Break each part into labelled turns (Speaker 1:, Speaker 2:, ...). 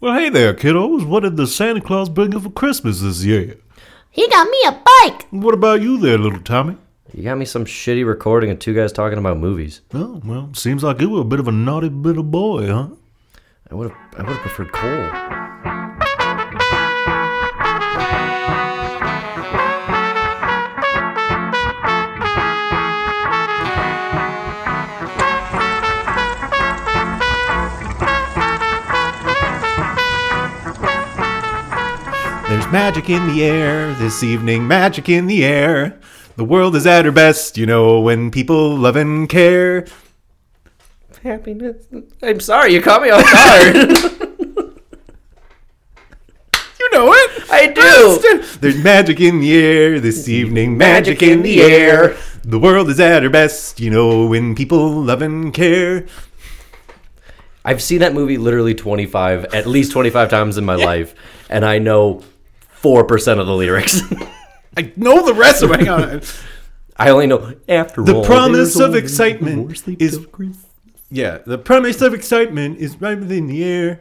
Speaker 1: Well, hey there, kiddos. What did the Santa Claus bring you for Christmas this year?
Speaker 2: He got me a bike.
Speaker 1: What about you there, little Tommy?
Speaker 3: You got me some shitty recording of two guys talking about movies.
Speaker 1: Oh, well, seems like you were a bit of a naughty little boy, huh?
Speaker 3: I would have I would have preferred Cole.
Speaker 4: There's magic in the air this evening, magic in the air. The world is at her best, you know, when people love and care.
Speaker 3: Happiness. I'm sorry, you caught me off guard.
Speaker 4: You know it!
Speaker 3: I do.
Speaker 4: There's magic in the air this evening, magic in the air. The world is at her best, you know, when people love and care.
Speaker 3: I've seen that movie literally 25, at least 25 times in my life, and I know four percent of the lyrics.
Speaker 4: I know the rest of my
Speaker 3: I only know after
Speaker 4: The
Speaker 3: all,
Speaker 4: promise
Speaker 3: there's
Speaker 4: of
Speaker 3: only
Speaker 4: excitement
Speaker 3: one sleep
Speaker 4: is-
Speaker 3: till Christmas.
Speaker 4: Yeah, the promise of excitement is right within the air.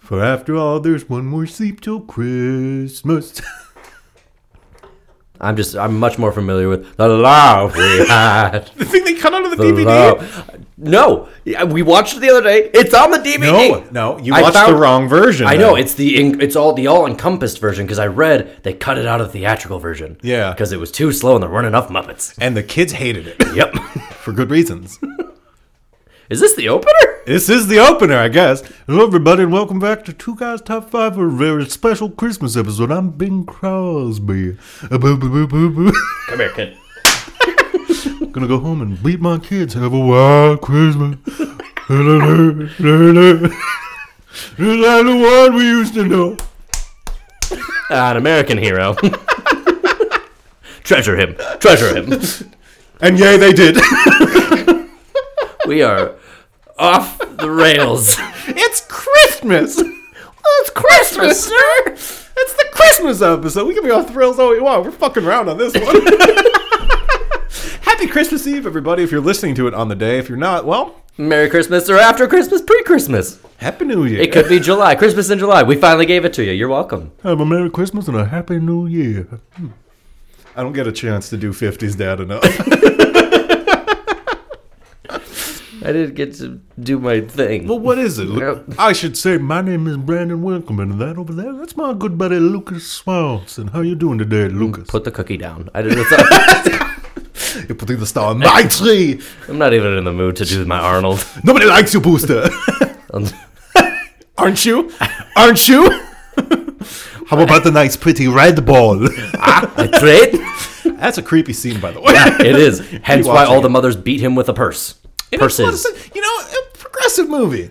Speaker 1: For after all, there's one more sleep till Christmas.
Speaker 3: I'm just I'm much more familiar with the love we had.
Speaker 4: The thing they cut out of the,
Speaker 3: The
Speaker 4: DVD?
Speaker 3: love. No, Yeah, we watched it the other day. It's on the DVD.
Speaker 4: No, no, you
Speaker 3: I
Speaker 4: watched the
Speaker 3: found-
Speaker 4: wrong version.
Speaker 3: I know
Speaker 4: then.
Speaker 3: it's the en- it's all the all encompassed version because I read they cut it out of the theatrical version.
Speaker 4: Yeah.
Speaker 3: because it was too slow and there weren't enough Muppets.
Speaker 4: And the kids hated it
Speaker 3: Yep.
Speaker 4: for good reasons.
Speaker 3: Is this the opener?
Speaker 4: this is the opener, I guess.
Speaker 1: Hello, everybody, and welcome back to Two Guys Top 5 for a very special Christmas episode. I'm Bing Crosby. Uh, boo, boo, boo, boo, boo.
Speaker 3: Come here, kid.
Speaker 1: Gonna go home and beat my kids. Have a wild Christmas. Just like the one we used to know.
Speaker 3: An American hero. Treasure him. Treasure him.
Speaker 4: And yay, they did.
Speaker 3: We are off the rails.
Speaker 4: it's Christmas. it's Christmas, sir. It's the Christmas episode. We can be all thrills all we want. We're fucking around on this one. Happy Christmas Eve, everybody. If you're listening to it on the day, if you're not, well,
Speaker 3: Merry Christmas or after Christmas, pre-Christmas.
Speaker 4: Happy New Year.
Speaker 3: It could be July. Christmas in July. We finally gave it to you. You're welcome.
Speaker 1: Have a Merry Christmas and a Happy New Year.
Speaker 4: Hmm. I don't get a chance to do 50s dad enough.
Speaker 3: I didn't get to do my thing.
Speaker 4: well, what is it? Look-
Speaker 1: I should say my name is Brandon Welcome, and that over there, that's my good buddy Lucas Swanson. How you doing today, Lucas?
Speaker 3: Mm, Put the cookie down. I didn't. It's not,
Speaker 4: You're putting the star on my tree.
Speaker 3: I'm not even in the mood to do my Arnold.
Speaker 4: Nobody likes you, Booster.
Speaker 3: Um,
Speaker 4: Aren't you? Aren't you?
Speaker 1: How about the nice, pretty red ball?
Speaker 3: I trade.
Speaker 4: That's a creepy scene, by the way.
Speaker 3: It is. Hence why all
Speaker 4: watching
Speaker 3: the
Speaker 4: it.
Speaker 3: mothers beat him with a purse.
Speaker 4: It is
Speaker 3: Purses.
Speaker 4: not a- You know, a progressive movie.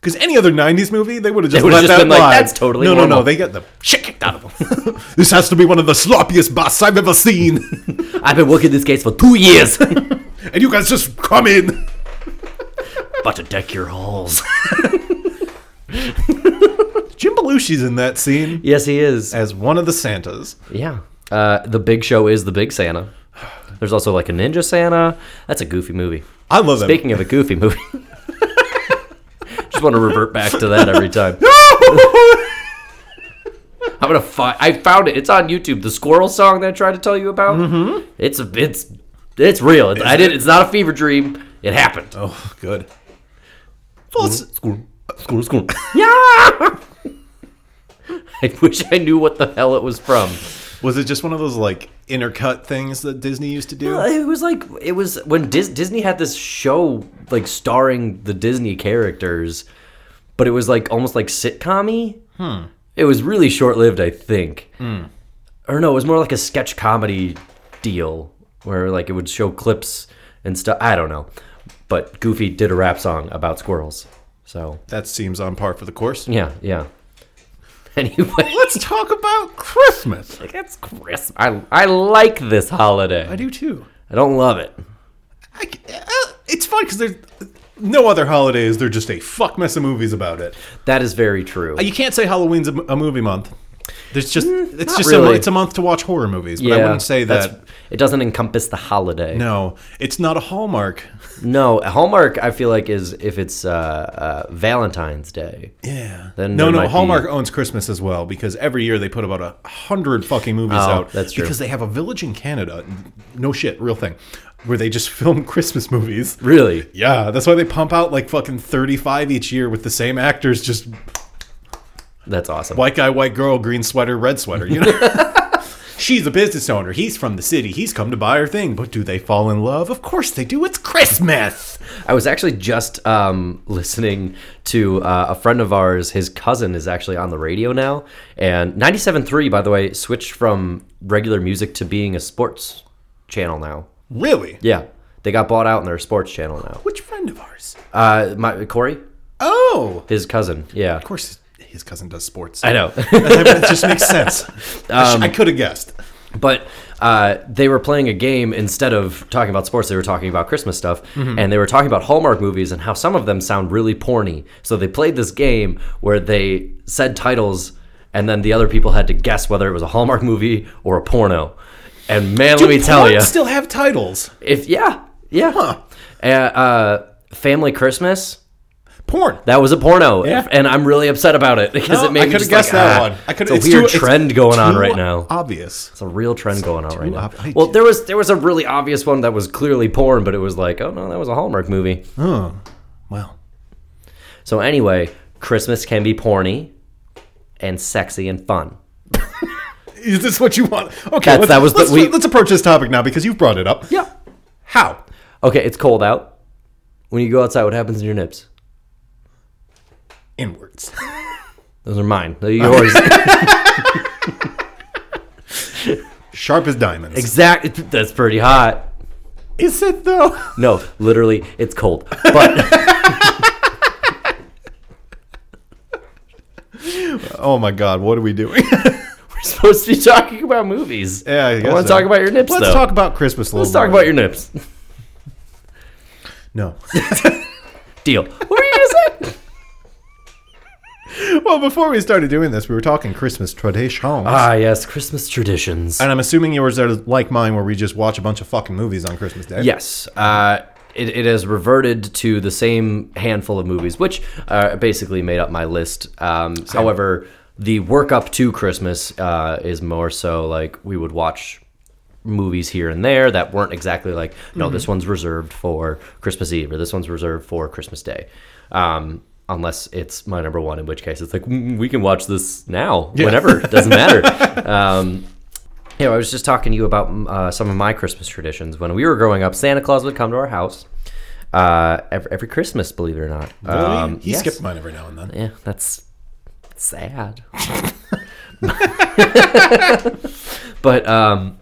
Speaker 4: Because any other '90s movie, they would have just
Speaker 3: would've
Speaker 4: let
Speaker 3: just
Speaker 4: that
Speaker 3: been like,
Speaker 4: lie.
Speaker 3: "That's totally
Speaker 4: no, no,
Speaker 3: normal."
Speaker 4: no. They get the shit kicked out of them. this has to be one of the sloppiest busts I've ever seen,
Speaker 3: I've been working this case for two years.
Speaker 4: and you guys just come in.
Speaker 3: About to deck your halls.
Speaker 4: Jim Belushi's in that scene
Speaker 3: Yes, he is.
Speaker 4: as one of the Santas.
Speaker 3: Yeah. Uh, the Big Show is the Big Santa. There's also like a Ninja Santa. That's a goofy movie.
Speaker 4: I love him.
Speaker 3: Speaking of a goofy movie, just want to revert back to that every time. I'm gonna find. I found it. It's on YouTube. The squirrel song that I tried to tell you about. Mm-hmm. It's a. It's. It's real. It's, I did. It's not a fever dream. It happened.
Speaker 4: oh, good. Well, it's-
Speaker 3: Oh. Squirrel, squirrel. Yeah. I wish I knew what the hell it was from.
Speaker 4: was it just one of those like intercut things that Disney used to do?
Speaker 3: It was like it was when Dis- Disney had this show like starring the Disney characters, but it was like almost like sitcom-y.
Speaker 4: Hmm.
Speaker 3: It was really short-lived, I think. Or no, it was more like a sketch comedy deal where like it would show clips and stuff. I don't know, but Goofy did a rap song about squirrels. So
Speaker 4: That seems on par for the course.
Speaker 3: yeah, yeah. Anyway,
Speaker 4: Let's talk about Christmas.
Speaker 3: it's Christmas. I I like this holiday.
Speaker 4: I do too.
Speaker 3: I don't love it.
Speaker 4: I c uh, it's fun because there's no other holidays. They're just a fuck mess of movies about it. Uh,
Speaker 3: That is very true.
Speaker 4: You can't say Halloween's a, m- a movie month. There's just it's
Speaker 3: Mm, not
Speaker 4: just a,
Speaker 3: really.
Speaker 4: it's a month to watch horror movies, but I
Speaker 3: Yeah,
Speaker 4: wouldn't say
Speaker 3: that's-
Speaker 4: that.
Speaker 3: it doesn't encompass the holiday.
Speaker 4: No, it's not a hallmark.
Speaker 3: No, Hallmark I feel like is if it's uh, uh, Valentine's Day.
Speaker 4: Yeah.
Speaker 3: Then
Speaker 4: no,
Speaker 3: there might
Speaker 4: no.
Speaker 3: be-
Speaker 4: Hallmark owns Christmas as well because every year they put about a hundred fucking movies
Speaker 3: Oh,
Speaker 4: out.
Speaker 3: that's true.
Speaker 4: Because they have a village in Canada, no shit, real thing, where they just film Christmas movies.
Speaker 3: Really?
Speaker 4: Yeah, that's why they pump out like fucking thirty-five each year with the same actors, just
Speaker 3: That's awesome.
Speaker 4: white guy, white girl, green sweater, red sweater. You know. She's a business owner. He's from the city. He's come to buy her thing. But do they fall in love? Of course they do. It's Christmas.
Speaker 3: I was actually just um, listening to uh, a friend of ours. His cousin is actually on the radio now, and 97.3, by the way, switched from regular music to being a sports channel now.
Speaker 4: Really?
Speaker 3: Yeah, they got bought out and they're a sports channel now.
Speaker 4: Which friend of ours?
Speaker 3: Uh, my Corey,
Speaker 4: Oh, of
Speaker 3: his cousin. Yeah,
Speaker 4: course his cousin does sports.
Speaker 3: I know. Um,
Speaker 4: that just makes sense. I sh- I could have guessed.
Speaker 3: But uh, they were playing a game instead of talking about sports. They were talking about Christmas stuff,
Speaker 4: Mm-hmm.
Speaker 3: and they were talking about Hallmark movies and how some of them sound really porny. So they played this game where they said titles, and then the other people had to guess whether it was a Hallmark movie or a porno. And man, let me tell
Speaker 4: Porn
Speaker 3: you,
Speaker 4: still have titles.
Speaker 3: if yeah, yeah, uh, uh, Family Christmas.
Speaker 4: Porn.
Speaker 3: That was a porno,
Speaker 4: Yeah.
Speaker 3: and I'm really upset about it because
Speaker 4: No,
Speaker 3: it made
Speaker 4: I
Speaker 3: me
Speaker 4: coulda
Speaker 3: just
Speaker 4: guessed
Speaker 3: like,
Speaker 4: that
Speaker 3: ah,
Speaker 4: one. I coulda-
Speaker 3: it's
Speaker 4: it's
Speaker 3: a weird
Speaker 4: too- it's
Speaker 3: trend going on
Speaker 4: Too
Speaker 3: right now.
Speaker 4: Obvious.
Speaker 3: It's a real trend going on right now.
Speaker 4: ob- I-
Speaker 3: well, there was there was a really obvious one that was clearly porn, but it was like, oh no, that was a Hallmark movie.
Speaker 4: Oh, well.
Speaker 3: So anyway, Christmas can be porny and sexy and fun.
Speaker 4: Is this what you want? Okay,
Speaker 3: That's-
Speaker 4: let's,
Speaker 3: that was the-
Speaker 4: let's,
Speaker 3: we-
Speaker 4: let's approach this topic now because you've brought it up.
Speaker 3: Yeah.
Speaker 4: How?
Speaker 3: Okay, it's cold out. When you go outside, what happens in your nips?
Speaker 4: Inwards.
Speaker 3: Those are mine. They're yours.
Speaker 4: Sharp as diamonds.
Speaker 3: exactly. That's pretty hot.
Speaker 4: Is it though?
Speaker 3: No, literally, it's cold. But
Speaker 4: Oh my God, what are we doing?
Speaker 3: we're supposed to be talking about movies.
Speaker 4: yeah, I, guess
Speaker 3: want to
Speaker 4: so.
Speaker 3: talk about your nips.
Speaker 4: Let's
Speaker 3: though.
Speaker 4: talk about Christmas a little.
Speaker 3: Let's talk
Speaker 4: more.
Speaker 3: about your nips.
Speaker 4: no.
Speaker 3: Deal. What were you gonna say?
Speaker 4: well, before we started doing this, we were talking Christmas traditions.
Speaker 3: ah, yes, Christmas traditions.
Speaker 4: and I'm assuming yours are like mine, where we just watch a bunch of fucking movies on Christmas Day.
Speaker 3: Yes. Uh, it, it has reverted to the same handful of movies, which uh, basically made up my list. Um, however, the work up to Christmas uh, is more so like we would watch movies here and there that weren't exactly like, no, this one's reserved for Christmas Eve or this one's reserved for Christmas Day. Um, unless it's my number one, in which case it's like, "Mm, we can watch this now, whenever. It doesn't matter. Um, yeah, I was just talking to you about mm, uh, some of my Christmas traditions. When we were growing up, Santa Claus would come to our house uh, every, every Christmas, believe it or not.
Speaker 4: Really?
Speaker 3: Um,
Speaker 4: he
Speaker 3: yes.
Speaker 4: skipped mine every now and then.
Speaker 3: Yeah, that's sad. but um,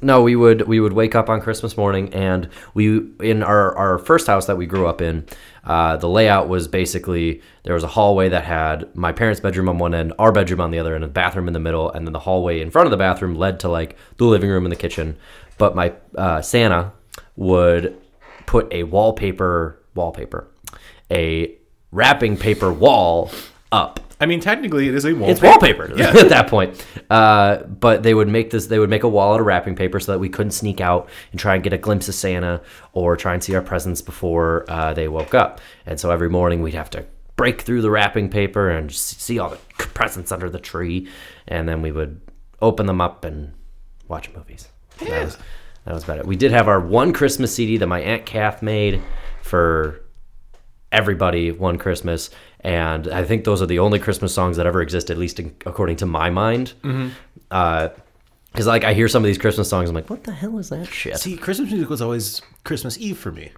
Speaker 3: no, we would we would wake up on Christmas morning, and we in our our first house that we grew up in. Uh, the layout was basically there was a hallway that had my parents' bedroom on one end, our bedroom on the other end, a bathroom in the middle, and then the hallway in front of the bathroom led to like the living room and the kitchen. But my uh, Santa would put a wallpaper wallpaper, a wrapping paper wall up
Speaker 4: I mean, technically, it is a wallpaper.
Speaker 3: it's wallpaper at that point. Uh, but they would make this. They would make a wall out of wrapping paper so that we couldn't sneak out and try and get a glimpse of Santa or try and see our presents before uh, they woke up. And so every morning we'd have to break through the wrapping paper and just see all the c- presents under the tree, and then we would open them up and watch movies. That was that was about it. We did have our one Christmas CD that my aunt Kath made for everybody one Christmas. And I think those are the only Christmas songs that ever exist, at least in, according to my mind. Because like I hear some of these Christmas songs, I'm like, what the hell is that shit?
Speaker 4: See, Christmas music was always Christmas Eve for me. it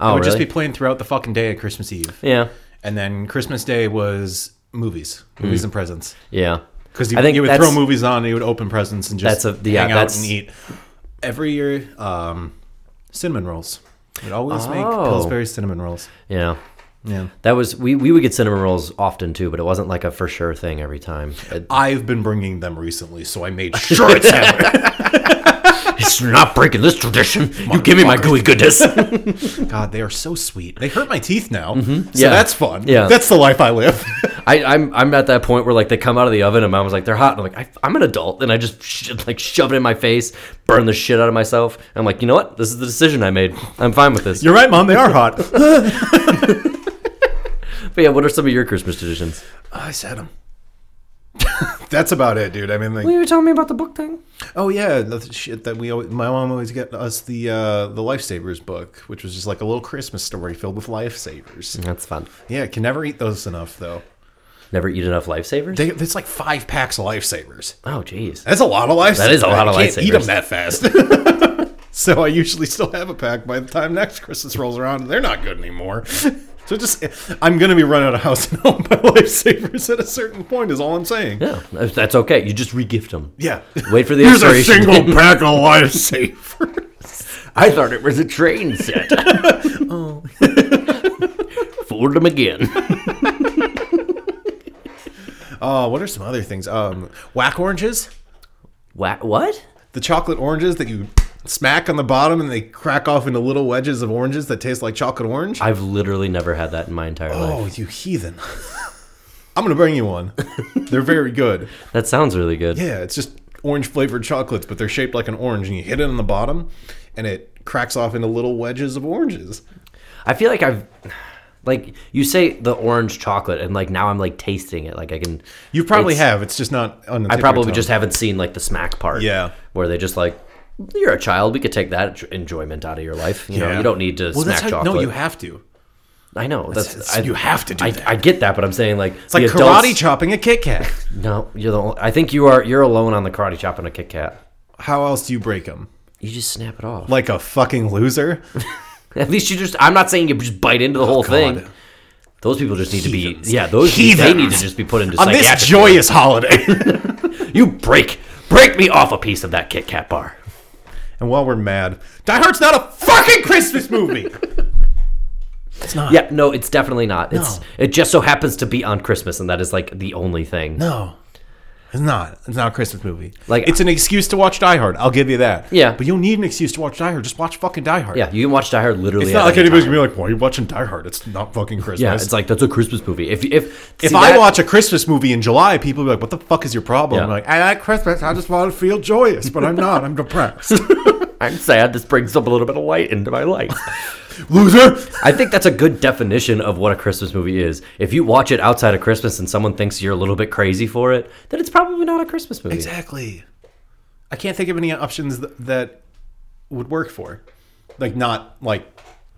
Speaker 3: oh,
Speaker 4: would
Speaker 3: really?
Speaker 4: just be playing throughout the fucking day at Christmas Eve.
Speaker 3: yeah,
Speaker 4: And then Christmas Day was movies,
Speaker 3: Hmm.
Speaker 4: movies and presents.
Speaker 3: yeah.
Speaker 4: Because
Speaker 3: I think
Speaker 4: he would
Speaker 3: that's-
Speaker 4: throw movies on, and he would open presents and just
Speaker 3: That's a- yeah,
Speaker 4: hang out
Speaker 3: that's-
Speaker 4: and eat. Every year, um, cinnamon rolls. We'd always make
Speaker 3: Oh.
Speaker 4: Pillsbury cinnamon rolls.
Speaker 3: Yeah.
Speaker 4: Yeah.
Speaker 3: That was we, we would get cinnamon rolls often too, but it wasn't like a for sure thing every time. It-
Speaker 4: I've been bringing them recently, so I made sure it's happening.
Speaker 3: it's not breaking this tradition. You give me my gooey goodness.
Speaker 4: God, they are so sweet. They hurt my teeth now. So
Speaker 3: Mm-hmm. Yeah.
Speaker 4: that's fun.
Speaker 3: Yeah.
Speaker 4: That's the life I live.
Speaker 3: I, I'm I'm at that point where like they come out of the oven and mom was like they're hot and I'm like I, I'm an adult and I just sh- like shove it in my face, burn the shit out of myself. I'm like you know what? This is the decision I made. I'm fine with this.
Speaker 4: You're right, Mom. They are hot.
Speaker 3: but yeah, what are some of your Christmas traditions?
Speaker 4: I said them. That's about it, dude. I mean, like,
Speaker 3: You were telling me about the book thing.
Speaker 4: oh yeah, the shit that we. Always, my mom always got us the uh, the lifesavers book, which was just like a little Christmas story filled with lifesavers.
Speaker 3: That's fun.
Speaker 4: Yeah, can never eat those enough though.
Speaker 3: Never eat enough lifesavers.
Speaker 4: They, it's like five packs of lifesavers.
Speaker 3: oh jeez.
Speaker 4: That's a lot of lifesavers.
Speaker 3: That is a lot of
Speaker 4: I can't Eat
Speaker 3: Lifesavers.
Speaker 4: them that fast. so I usually still have a pack by the time next Christmas rolls around. They're not good anymore. So just, I'm gonna be run out of house and home by lifesavers at a certain point. Is all I'm saying.
Speaker 3: Yeah, that's that's okay. You just regift them.
Speaker 4: Yeah.
Speaker 3: Wait for the
Speaker 1: Here's a
Speaker 3: expiration
Speaker 1: single
Speaker 3: date.
Speaker 1: pack of lifesavers.
Speaker 3: I thought it was a train set. oh. Fooled him again.
Speaker 4: Uh, what are some other things? Um, whack oranges,
Speaker 3: Wha- what?
Speaker 4: the chocolate oranges that you smack on the bottom and they crack off into little wedges of oranges that taste like chocolate orange.
Speaker 3: I've literally never had that in my entire life.
Speaker 4: oh, you heathen! I'm gonna bring you one. They're very good.
Speaker 3: That sounds really good.
Speaker 4: Yeah, it's just orange flavored chocolates, but they're shaped like an orange, and you hit it on the bottom, and it cracks off into little wedges of oranges.
Speaker 3: I feel like I've like you say the orange chocolate and like now I'm like tasting it. Like I can
Speaker 4: You probably
Speaker 3: It's-
Speaker 4: have. It's just not on the. tip
Speaker 3: I
Speaker 4: of your
Speaker 3: probably
Speaker 4: tongue.
Speaker 3: just haven't seen like the smack part.
Speaker 4: Yeah.
Speaker 3: Where they just like you're a child, we could take that j- enjoyment out of your life. You know,
Speaker 4: Yeah.
Speaker 3: you don't need to
Speaker 4: Well,
Speaker 3: smack
Speaker 4: that's how,
Speaker 3: chocolate.
Speaker 4: no, you have to.
Speaker 3: I know. That's,
Speaker 4: it's-
Speaker 3: I,
Speaker 4: you have to do
Speaker 3: I,
Speaker 4: that.
Speaker 3: I get that, but I'm saying like
Speaker 4: It's like karate chopping a Kit Kat.
Speaker 3: No, you're the. Only, I think you are. You're alone on the karate chop and a Kit Kat.
Speaker 4: How else do you break them?
Speaker 3: You just snap it off.
Speaker 4: Like a fucking loser.
Speaker 3: At least you just. I'm not saying you just bite into the whole thing.
Speaker 4: Oh, God.
Speaker 3: Those people just need to
Speaker 4: Heathens.
Speaker 3: be. Yeah, those they need to
Speaker 4: Heathens.
Speaker 3: just be put into
Speaker 4: On this
Speaker 3: psychiatric.
Speaker 4: joyous holiday.
Speaker 3: you break, break me off a piece of that Kit Kat bar.
Speaker 4: and while we're mad, Die Hard's not a fucking Christmas movie. it's not.
Speaker 3: Yeah, no, it's definitely not. It's
Speaker 4: No.
Speaker 3: it just so happens to be on Christmas, and that is like the only thing.
Speaker 4: No. It's not. It's not a Christmas movie.
Speaker 3: Like-
Speaker 4: it's an excuse to watch Die Hard. I'll give you that.
Speaker 3: Yeah.
Speaker 4: But you'll need an excuse to watch Die Hard. Just watch fucking Die Hard.
Speaker 3: Yeah, you can watch Die Hard literally.
Speaker 4: It's
Speaker 3: at
Speaker 4: not like
Speaker 3: any
Speaker 4: anybody's
Speaker 3: time.
Speaker 4: gonna be like, "Why are you watching Die Hard? It's not fucking Christmas."
Speaker 3: Yeah, it's like that's a Christmas movie. If if
Speaker 4: if
Speaker 3: see,
Speaker 4: I
Speaker 3: that-
Speaker 4: watch a Christmas movie in July, people be like, "What the fuck is your problem?"
Speaker 3: Yeah.
Speaker 4: I'm like, "I like Christmas. I just want to feel joyous, but I'm not. I'm depressed."
Speaker 3: I'm sad. This brings up a little bit of light into my life.
Speaker 4: Loser.
Speaker 3: I think that's a good definition of what a Christmas movie is. If you watch it outside of Christmas and someone thinks you're a little bit crazy for it, then it's probably not a Christmas movie.
Speaker 4: Exactly. I can't think of any options th- that would work for, like not like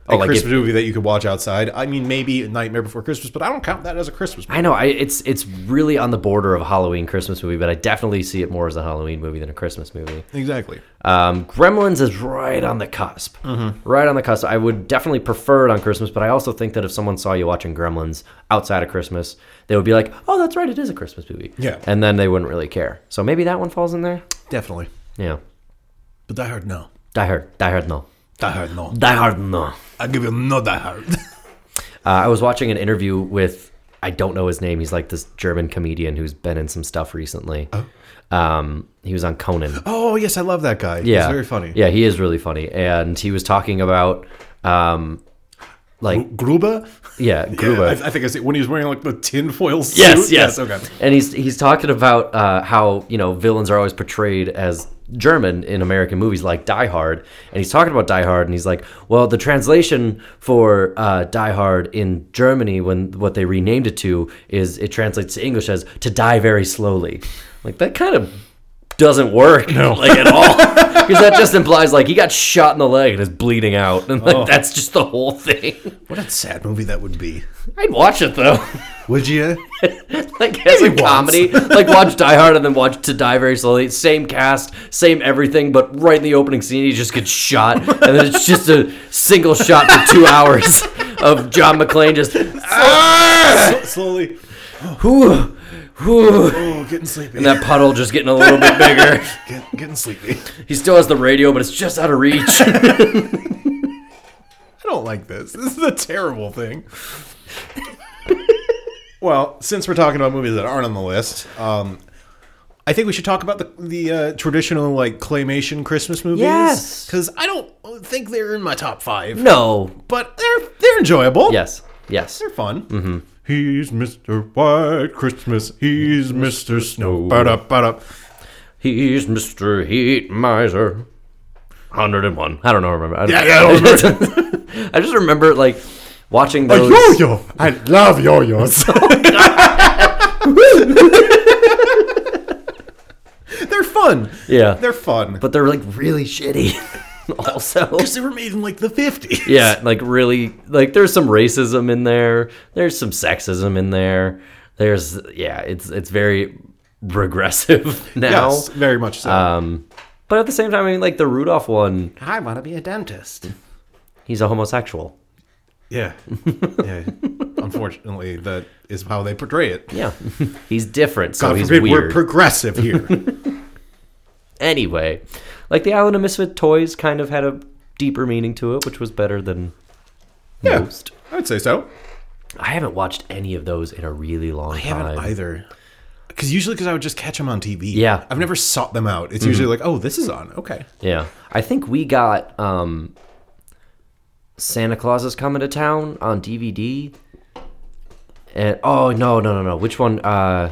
Speaker 4: a
Speaker 3: Oh, like
Speaker 4: Christmas
Speaker 3: if-
Speaker 4: movie that you could watch outside. I mean, maybe Nightmare Before Christmas, but I don't count that as a Christmas movie.
Speaker 3: I know I, it's it's really on the border of a Halloween Christmas movie, but I definitely see it more as a Halloween movie than a Christmas movie.
Speaker 4: Exactly.
Speaker 3: Um, Gremlins is right on the cusp,
Speaker 4: Mm-hmm.
Speaker 3: right on the cusp. I would definitely prefer it on Christmas, but I also think that if someone saw you watching Gremlins outside of Christmas, they would be like, "Oh, that's right, it is a Christmas movie."
Speaker 4: Yeah.
Speaker 3: and then they wouldn't really care. So maybe that one falls in there.
Speaker 4: Definitely.
Speaker 3: Yeah,
Speaker 4: But Die Hard, no.
Speaker 3: Die Hard, Die Hard, no,
Speaker 4: Die Hard, no.
Speaker 3: Die Hard, no.
Speaker 4: I give you no Die Hard.
Speaker 3: Uh, I was watching an interview with I don't know his name. He's like this German comedian who's been in some stuff recently. Um, he was on Conan.
Speaker 4: oh yes, I love that guy.
Speaker 3: yeah,
Speaker 4: He's very funny.
Speaker 3: Yeah, he is really funny, and he was talking about um, like
Speaker 4: Gruber.
Speaker 3: yeah, Gruber.
Speaker 4: I, I think I see when he was wearing like the tinfoil suit.
Speaker 3: Yes, yes.
Speaker 4: Okay.
Speaker 3: And he's he's talking about uh, how you know villains are always portrayed as German in American movies, like Die Hard. And he's talking about Die Hard, and he's like, well, the translation for uh, Die Hard in Germany, when what they renamed it to, is it translates to English as "to die very slowly." Like that kind of doesn't work like at all because that just implies like he got shot in the leg and is bleeding out and like that's just the whole thing
Speaker 4: What a sad movie that would be.
Speaker 3: i'd watch it though
Speaker 4: Would you?
Speaker 3: like as a
Speaker 4: once.
Speaker 3: comedy, like watch Die Hard and then watch To Die Very Slowly. Same cast, same everything, but right in the opening scene, he just gets shot, and then it's just a single shot for two hours of John McClane just
Speaker 4: Slowly.
Speaker 3: whoo, whoo,
Speaker 4: Oh, getting sleepy.
Speaker 3: and that puddle just getting a little bit bigger.
Speaker 4: Get, getting sleepy.
Speaker 3: He still has the radio, but it's just out of reach.
Speaker 4: I don't like this. This is a terrible thing. well, since we're talking about movies that aren't on the list, um, I think we should talk about the the uh, traditional like claymation Christmas movies.
Speaker 3: Yes.
Speaker 4: because I don't think they're in my top five,
Speaker 3: No,
Speaker 4: but they're they're enjoyable.
Speaker 3: yes, Mm-hmm. yes.
Speaker 4: they're fun.
Speaker 1: He's Mr. White Christmas. He's Mr. Snow. Ba-da, ba-da.
Speaker 3: He's Mr. Heat Miser. 101. I don't know. Remember. I don't
Speaker 1: Yeah, yeah, I don't
Speaker 3: remember. I just remember like watching
Speaker 1: A
Speaker 3: those.
Speaker 1: yo-yo. I love yo-yos.
Speaker 4: They're fun.
Speaker 3: Yeah.
Speaker 4: They're fun.
Speaker 3: but they're like really shitty. also.
Speaker 4: they were made in like the 50s.
Speaker 3: Yeah, like really, like there's some racism in there. There's some sexism in there. There's yeah, it's it's very regressive now.
Speaker 4: Yes, very much so.
Speaker 3: Um, but at the same time, I mean, like the Rudolph one,
Speaker 4: I want to be a dentist.
Speaker 3: he's a homosexual.
Speaker 4: Yeah. yeah. Unfortunately, that is how they portray it.
Speaker 3: Yeah, he's different, so
Speaker 4: God
Speaker 3: he's
Speaker 4: forbid we're
Speaker 3: weird.
Speaker 4: progressive here.
Speaker 3: anyway, like the Island of Misfit Toys kind of had a deeper meaning to it, which was better than
Speaker 4: Yeah.
Speaker 3: most.
Speaker 4: I'd say so.
Speaker 3: I haven't watched any of those in a really long
Speaker 4: I haven't
Speaker 3: time.
Speaker 4: either. Because usually, because I would just catch them on TV.
Speaker 3: Yeah. Mm-hmm.
Speaker 4: I've never sought them out. It's usually like, oh, this is on. Okay.
Speaker 3: Yeah. I think we got um Santa Claus is coming to town on DVD. And oh no, no, no, no. Which one uh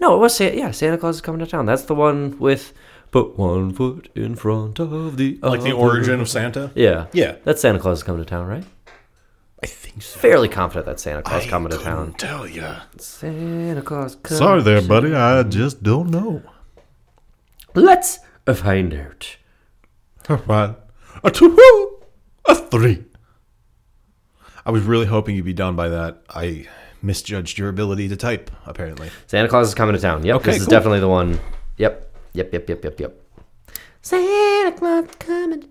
Speaker 3: No, it was Sa- yeah, Santa Claus is coming to town. That's the one with put one foot in front of the
Speaker 4: Like the
Speaker 3: other."
Speaker 4: origin of Santa.
Speaker 3: Yeah.
Speaker 4: Yeah.
Speaker 3: That's Santa Claus is coming to town, right?
Speaker 4: I think so.
Speaker 3: Fairly confident that's Santa Claus coming to
Speaker 4: couldn't
Speaker 3: town.
Speaker 4: Tell ya.
Speaker 3: Santa Claus coming.
Speaker 1: Sorry there, buddy. I just don't know.
Speaker 3: Let's find out.
Speaker 1: All right. A two, a three.
Speaker 4: I was really hoping you'd be done by that. I misjudged your ability to type. Apparently,
Speaker 3: Santa Claus is coming to town. Yep,
Speaker 4: Okay,
Speaker 3: this is
Speaker 4: cool.
Speaker 3: definitely the one. Yep, yep, yep, yep, yep, yep. Santa Claus coming to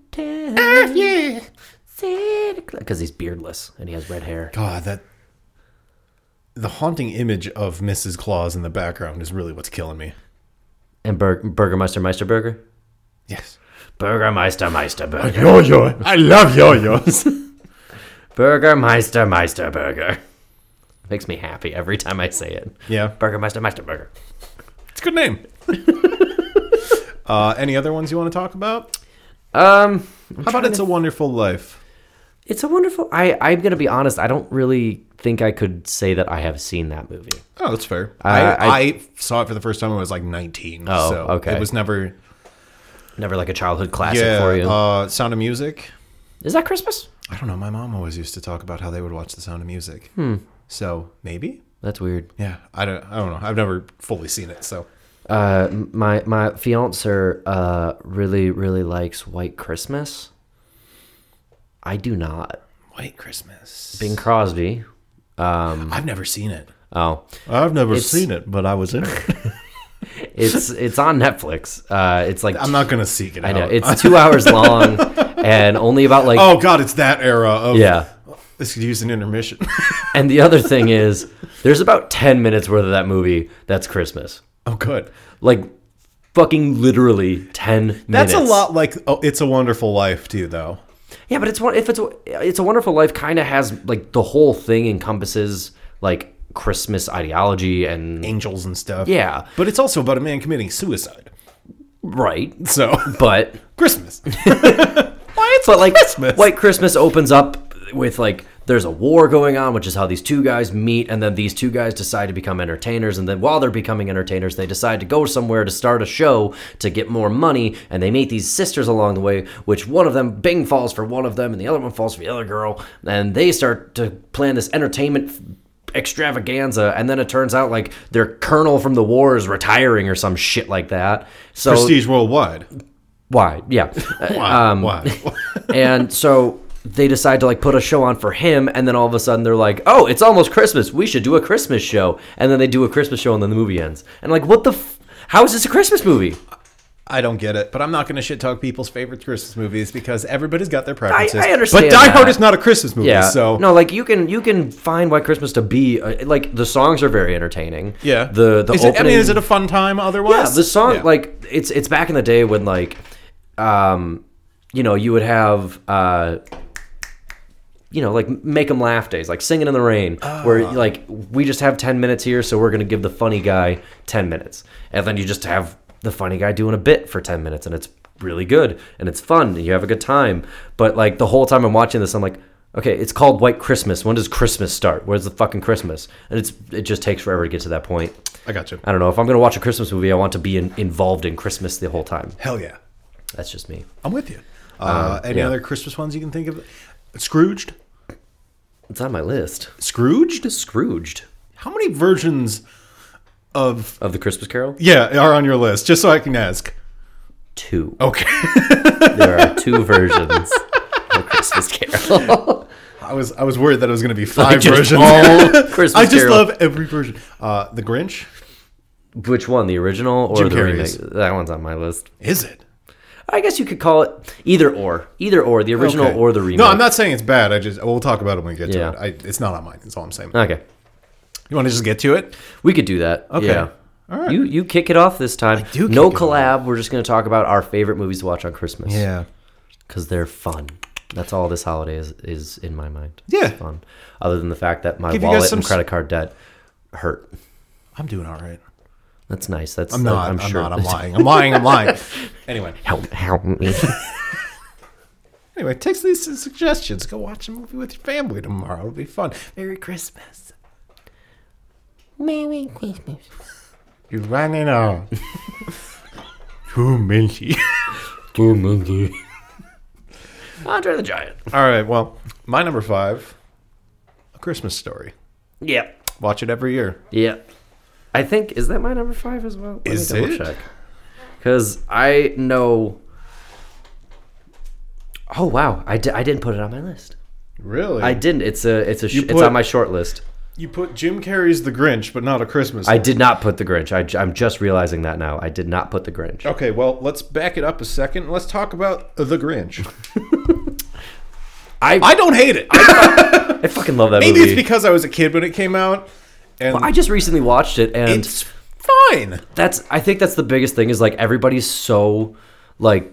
Speaker 3: town. yeah. Santa Claus. Because he's beardless and he has red hair.
Speaker 4: God, that the haunting image of Mrs. Claus in the background is really what's killing me.
Speaker 3: And Bur- Burgermeister Meisterburger?
Speaker 4: Yes.
Speaker 3: Burgermeister Meisterburger.
Speaker 1: Yo-yo. I love yo-yos.
Speaker 3: Burgermeister Meisterburger. Makes me happy every time I say it.
Speaker 4: Yeah,
Speaker 3: Burgermeister Meisterburger.
Speaker 4: it's a good name. uh, any other ones you want to talk about?
Speaker 3: Um,
Speaker 4: How about It's a Wonderful Life?
Speaker 3: it's a wonderful. I I'm gonna be honest. I don't really think I could say that I have seen that movie.
Speaker 4: Oh, that's fair.
Speaker 3: I-
Speaker 4: I, I, saw it for the first time when I was like 19.
Speaker 3: Oh,
Speaker 4: so
Speaker 3: okay.
Speaker 4: It was never.
Speaker 3: Never like a childhood classic
Speaker 4: Yeah.
Speaker 3: for you.
Speaker 4: Uh, Sound of Music.
Speaker 3: Is that Christmas?
Speaker 4: I don't know. My mom always used to talk about how they would watch The Sound of Music. So maybe.
Speaker 3: That's weird.
Speaker 4: Yeah, I don't. I don't know. I've never fully seen it. So
Speaker 3: Uh, m- my my fiance uh really really likes White Christmas. I do not.
Speaker 4: White Christmas.
Speaker 3: Bing Crosby.
Speaker 4: I've never seen it.
Speaker 3: Oh,
Speaker 1: I've never
Speaker 3: It's-
Speaker 1: seen it, but I was in it.
Speaker 3: it's it's on Netflix. Uh, it's like
Speaker 4: I'm not gonna seek it
Speaker 3: I
Speaker 4: out.
Speaker 3: know it's two hours long and only about like
Speaker 4: oh God, it's that era of.
Speaker 3: yeah.
Speaker 4: This could use an intermission.
Speaker 3: And the other thing is, there's about ten minutes worth of that movie that's Christmas.
Speaker 4: oh, good.
Speaker 3: Like fucking literally ten.
Speaker 4: That's a
Speaker 3: minutes.
Speaker 4: lot like oh, It's a Wonderful Life too, though.
Speaker 3: Yeah, but it's one. If it's it's a Wonderful Life, kind of has like the whole thing encompasses like Christmas ideology and
Speaker 4: Angels and stuff.
Speaker 3: yeah,
Speaker 4: But it's also about a man committing suicide.
Speaker 3: right.
Speaker 4: So
Speaker 3: But
Speaker 4: Christmas.
Speaker 3: but like
Speaker 4: Christmas.
Speaker 3: White Christmas opens up with like there's a war going on, which is how these two guys meet, and then these two guys decide to become entertainers, and then while they're becoming entertainers, they decide to go somewhere to start a show to get more money, and they meet these sisters along the way, which one of them Bing falls for one of them, and the other one falls for the other girl, and they start to plan this entertainment. f- Extravaganza, and then it turns out like their colonel from the war is retiring or some shit like that. So
Speaker 4: Prestige worldwide.
Speaker 3: why? Yeah,
Speaker 4: Why?
Speaker 3: Um,
Speaker 4: why?
Speaker 3: and so they decide to like put a show on for him and then all of a sudden they're like oh it's almost christmas we should do a christmas show and then they do a christmas show and then the movie ends and like what the f- how is this a christmas movie
Speaker 4: I don't get it, but I'm not going to shit talk people's favorite Christmas movies because everybody's got their
Speaker 3: i,
Speaker 4: preferences.
Speaker 3: I understand
Speaker 4: But Die
Speaker 3: that.
Speaker 4: Hard is not a Christmas movie,
Speaker 3: yeah
Speaker 4: so
Speaker 3: no like you can you can find white christmas to be uh, like the songs are very entertaining
Speaker 4: yeah.
Speaker 3: the the
Speaker 4: is
Speaker 3: opening,
Speaker 4: it, I mean, is it a fun time
Speaker 3: yeah
Speaker 4: otherwise?
Speaker 3: the song
Speaker 4: Yeah.
Speaker 3: like it's it's back in the day when like um you know you would have uh you know like make them laugh days like singing in the rain where like we just have 10 minutes here so we're gonna give the funny guy 10 minutes and then you just have the funny guy doing a bit for 10 minutes and it's really good and it's fun and you have a good time but like the whole time i'm watching this i'm like okay, it's called White Christmas. When does Christmas start? Where's the fucking Christmas? And it's it just takes forever to get to that point.
Speaker 4: I got you.
Speaker 3: I don't know. If I'm gonna watch a Christmas movie, I want to be in, involved in Christmas the whole time.
Speaker 4: Hell yeah.
Speaker 3: That's just me.
Speaker 4: I'm with you. Uh, any
Speaker 3: yeah.
Speaker 4: other Christmas ones you can think of? Scrooged?
Speaker 3: It's on my list.
Speaker 4: Scrooged?
Speaker 3: Scrooged
Speaker 4: How many versions of
Speaker 3: of the Christmas Carol.
Speaker 4: yeah are on your list? Just so I can ask.
Speaker 3: Two.
Speaker 4: Okay.
Speaker 3: There are two versions of Christmas Carol.
Speaker 4: I was I was worried that it was going to be five
Speaker 3: just
Speaker 4: versions.
Speaker 3: all Christmas
Speaker 4: I just
Speaker 3: Carol.
Speaker 4: love every version. Uh, the Grinch.
Speaker 3: Which one, the original or
Speaker 4: Jim
Speaker 3: the
Speaker 4: Carrey's.
Speaker 3: remake? That one's on my list.
Speaker 4: Is it
Speaker 3: I guess you could call it either or, either or, the original
Speaker 4: Okay.
Speaker 3: or the remake.
Speaker 4: No, I'm not saying it's bad. I just we'll talk about it when we get
Speaker 3: Yeah.
Speaker 4: to it. I, it's not on mine. That's all I'm saying.
Speaker 3: Okay,
Speaker 4: You want to just get to it?
Speaker 3: we could do that.
Speaker 4: Okay.
Speaker 3: Yeah.
Speaker 4: All right.
Speaker 3: You you kick it off this time.
Speaker 4: do
Speaker 3: no
Speaker 4: kick it off.
Speaker 3: collab. We're just going to talk about our favorite movies to watch on Christmas.
Speaker 4: Yeah.
Speaker 3: because they're fun. That's all this holiday is is in my mind.
Speaker 4: Yeah.
Speaker 3: It's fun. Other than the fact that my
Speaker 4: Give you guys
Speaker 3: wallet
Speaker 4: some
Speaker 3: and
Speaker 4: s-
Speaker 3: credit card debt hurt.
Speaker 4: I'm doing all right.
Speaker 3: That's nice. That's
Speaker 4: I'm not. I'm,
Speaker 3: I'm sure.
Speaker 4: not. I'm lying. I'm lying. I'm lying. Anyway.
Speaker 3: help help me.
Speaker 4: Anyway, take these suggestions. Go watch a movie with your family tomorrow. It'll be fun. Merry Christmas.
Speaker 2: Merry Christmas.
Speaker 4: You're running out. Too minty.
Speaker 3: Andre the Giant.
Speaker 4: All right. Well, my number five, A Christmas Story.
Speaker 3: Yeah.
Speaker 4: Watch it every year.
Speaker 3: Yeah. I think is that my number five as well. Let
Speaker 4: Is
Speaker 3: me double
Speaker 4: it?
Speaker 3: check. Because I know. Oh wow! I, di- I didn't put it on my list.
Speaker 4: Really?
Speaker 3: I didn't. It's a it's a sh- it's
Speaker 4: put-
Speaker 3: on my short list.
Speaker 4: you put Jim Carrey's The Grinch, but not A Christmas.
Speaker 3: I did not put the Grinch. I, j- I'm just realizing that now. I did not put the Grinch.
Speaker 4: Okay, well, let's back it up a second. Let's talk about The Grinch.
Speaker 3: I
Speaker 4: I don't hate it. I-
Speaker 3: I fucking love that
Speaker 4: maybe
Speaker 3: movie.
Speaker 4: it's because I was a kid when it came out, and
Speaker 3: I just recently watched it and
Speaker 4: it's fine.
Speaker 3: that's I think that's the biggest thing is like everybody's so like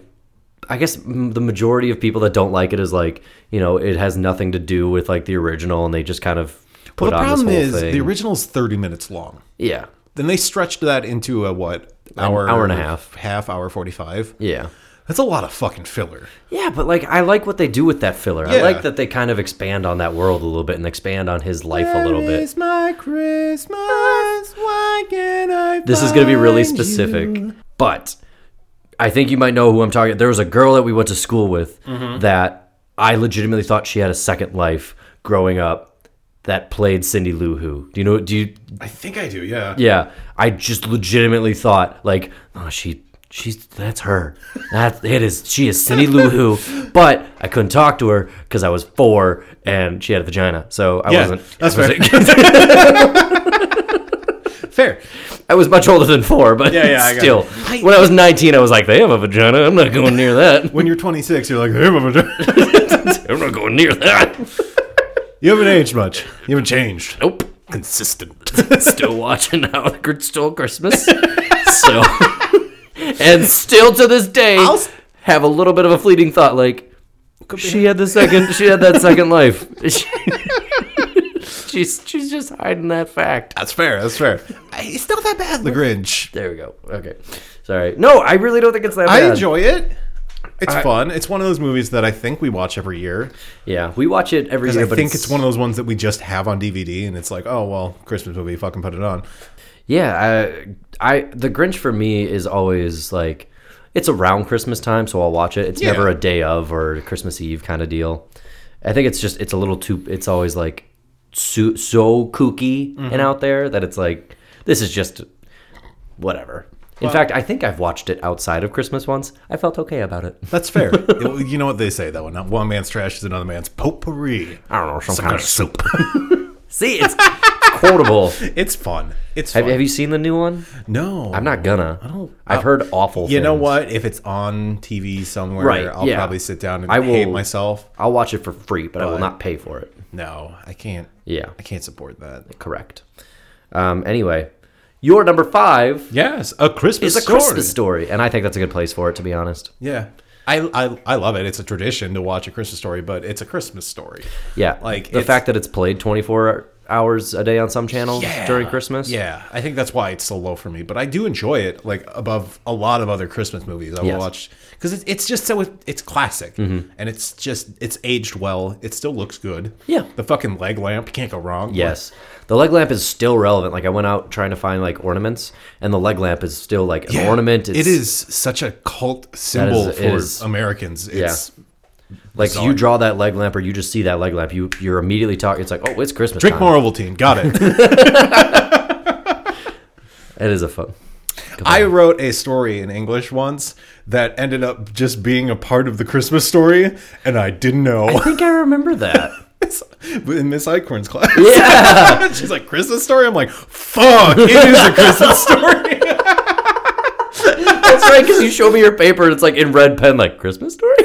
Speaker 3: I guess m- the majority of people that don't like it is like you know it has nothing to do with like the original and they just kind of put
Speaker 4: the
Speaker 3: on this
Speaker 4: problem
Speaker 3: whole
Speaker 4: is
Speaker 3: thing.
Speaker 4: the original's thirty minutes long.
Speaker 3: yeah,
Speaker 4: Then they stretched that into a what hour,
Speaker 3: hour and a half.
Speaker 4: half hour forty five.
Speaker 3: yeah,
Speaker 4: That's a lot of fucking filler.
Speaker 3: yeah. But like I like what they do with that filler. I
Speaker 4: Yeah.
Speaker 3: like that they kind of expand on that world a little bit and expand on his life a little bit.
Speaker 4: my Christmas? Why can't I?
Speaker 3: This is going to be really specific, but I think you might know who I'm talking. There was a girl that we went to school with
Speaker 4: Mm-hmm.
Speaker 3: that I legitimately thought she had a second life growing up that played Cindy Lou Who. Do you know? Do you?
Speaker 4: I think I do. Yeah.
Speaker 3: Yeah, I just legitimately thought like, oh, she. She's that's her. That it is. She is Cindy Lou Who, but I couldn't talk to her because I was four and she had a vagina, so I
Speaker 4: Yeah,
Speaker 3: wasn't.
Speaker 4: that's
Speaker 3: I was,
Speaker 4: fair. Fair.
Speaker 3: I was much older than four, but
Speaker 4: Yeah, yeah, I got
Speaker 3: still.
Speaker 4: it.
Speaker 3: When I was 19, I was like, they have a vagina. I'm not going near that.
Speaker 4: When you're 26, you're like, hey, my vagina."
Speaker 3: I'm not going near that.
Speaker 4: you haven't aged much. You haven't changed.
Speaker 3: Nope.
Speaker 4: Consistent.
Speaker 3: Still watching How the Grinch Stole Christmas. so, and still to this day,
Speaker 4: I'll s-
Speaker 3: have a little bit of a fleeting thought like, she had the second, she had that second life. she's, she's just hiding that fact.
Speaker 4: That's fair. That's fair. It's not that bad. The Grinch.
Speaker 3: There we go. Okay. Sorry. No, I really don't think it's that bad.
Speaker 4: I enjoy it. It's fun. It's one of those movies that I think we watch every year.
Speaker 3: Yeah, we watch it every
Speaker 4: 'Cause
Speaker 3: year.
Speaker 4: I
Speaker 3: but
Speaker 4: think it's one of those ones that we just have on DVD, and it's like, oh well, Christmas movie, fucking put it on.
Speaker 3: Yeah, I, I the Grinch for me is always like it's around Christmas time, so I'll watch it. It's
Speaker 4: Yeah.
Speaker 3: never a day of or Christmas Eve kind of deal. I think it's just it's a little too. It's always like so, so kooky
Speaker 4: Mm-hmm.
Speaker 3: and out there that it's like this is just whatever. In fact, I think I've watched it outside of Christmas once. I felt okay about it.
Speaker 4: That's fair. It- you know what they say though? Not one man's trash is another man's potpourri.
Speaker 3: I don't know some,
Speaker 4: Some
Speaker 3: kind
Speaker 4: kind
Speaker 3: of
Speaker 4: of soup.
Speaker 3: see it's quotable.
Speaker 4: it's fun. It's fun.
Speaker 3: Have, have you seen the new one?
Speaker 4: no,
Speaker 3: I'm not gonna. I
Speaker 4: don't-
Speaker 3: I've heard awful.
Speaker 4: You know
Speaker 3: things.
Speaker 4: what? If it's on TV somewhere,
Speaker 3: Right,
Speaker 4: I'll
Speaker 3: yeah.
Speaker 4: probably sit down and
Speaker 3: I
Speaker 4: hate
Speaker 3: will-
Speaker 4: myself.
Speaker 3: I'll watch it for free, but I will
Speaker 4: But-
Speaker 3: not pay for it.
Speaker 4: No, I can't.
Speaker 3: Yeah.
Speaker 4: I can't support that.
Speaker 3: Correct. Um, anyway, your number five
Speaker 4: Yes, a Christmas
Speaker 3: is a Christmas story, and I think that's a good place for it, to be honest.
Speaker 4: Yeah. I, I, I love it. It's a tradition to watch a Christmas story, but it's a Christmas story.
Speaker 3: Yeah,
Speaker 4: Like,
Speaker 3: the
Speaker 4: it's-
Speaker 3: fact that it's played twenty four hours a day on some channels during Christmas.
Speaker 4: Yeah, I think that's why it's so low for me. But I do enjoy it, like above a lot of other Christmas movies I will
Speaker 3: Yes. Mm-hmm.
Speaker 4: watch because it's it's just so it's classic and it's just it's aged well. It still looks good.
Speaker 3: Yeah.
Speaker 4: the fucking leg lamp you can't go wrong.
Speaker 3: Yes. The leg lamp is still relevant. Like I went out trying to find like ornaments and the leg lamp is still like an
Speaker 4: Yeah.
Speaker 3: ornament.
Speaker 4: It is such a cult symbol
Speaker 3: it
Speaker 4: for
Speaker 3: is.
Speaker 4: Americans. It's
Speaker 3: like you draw that leg lamp or you just see that leg lamp, you you're immediately talking it's like, "Oh, it's Christmas."
Speaker 4: drink
Speaker 3: time.
Speaker 4: more Ovaltine. Got it.
Speaker 3: It is a fun.
Speaker 4: I wrote a story in English once that ended up just being a part of the Christmas story, and I didn't know.
Speaker 3: I think I remember that.
Speaker 4: in Miss Eichhorn's class.
Speaker 3: yeah.
Speaker 4: She's like, Christmas story? I'm like, fuck, it is a Christmas story.
Speaker 3: That's right cuz you show me your paper and it's like in red pen like Christmas story.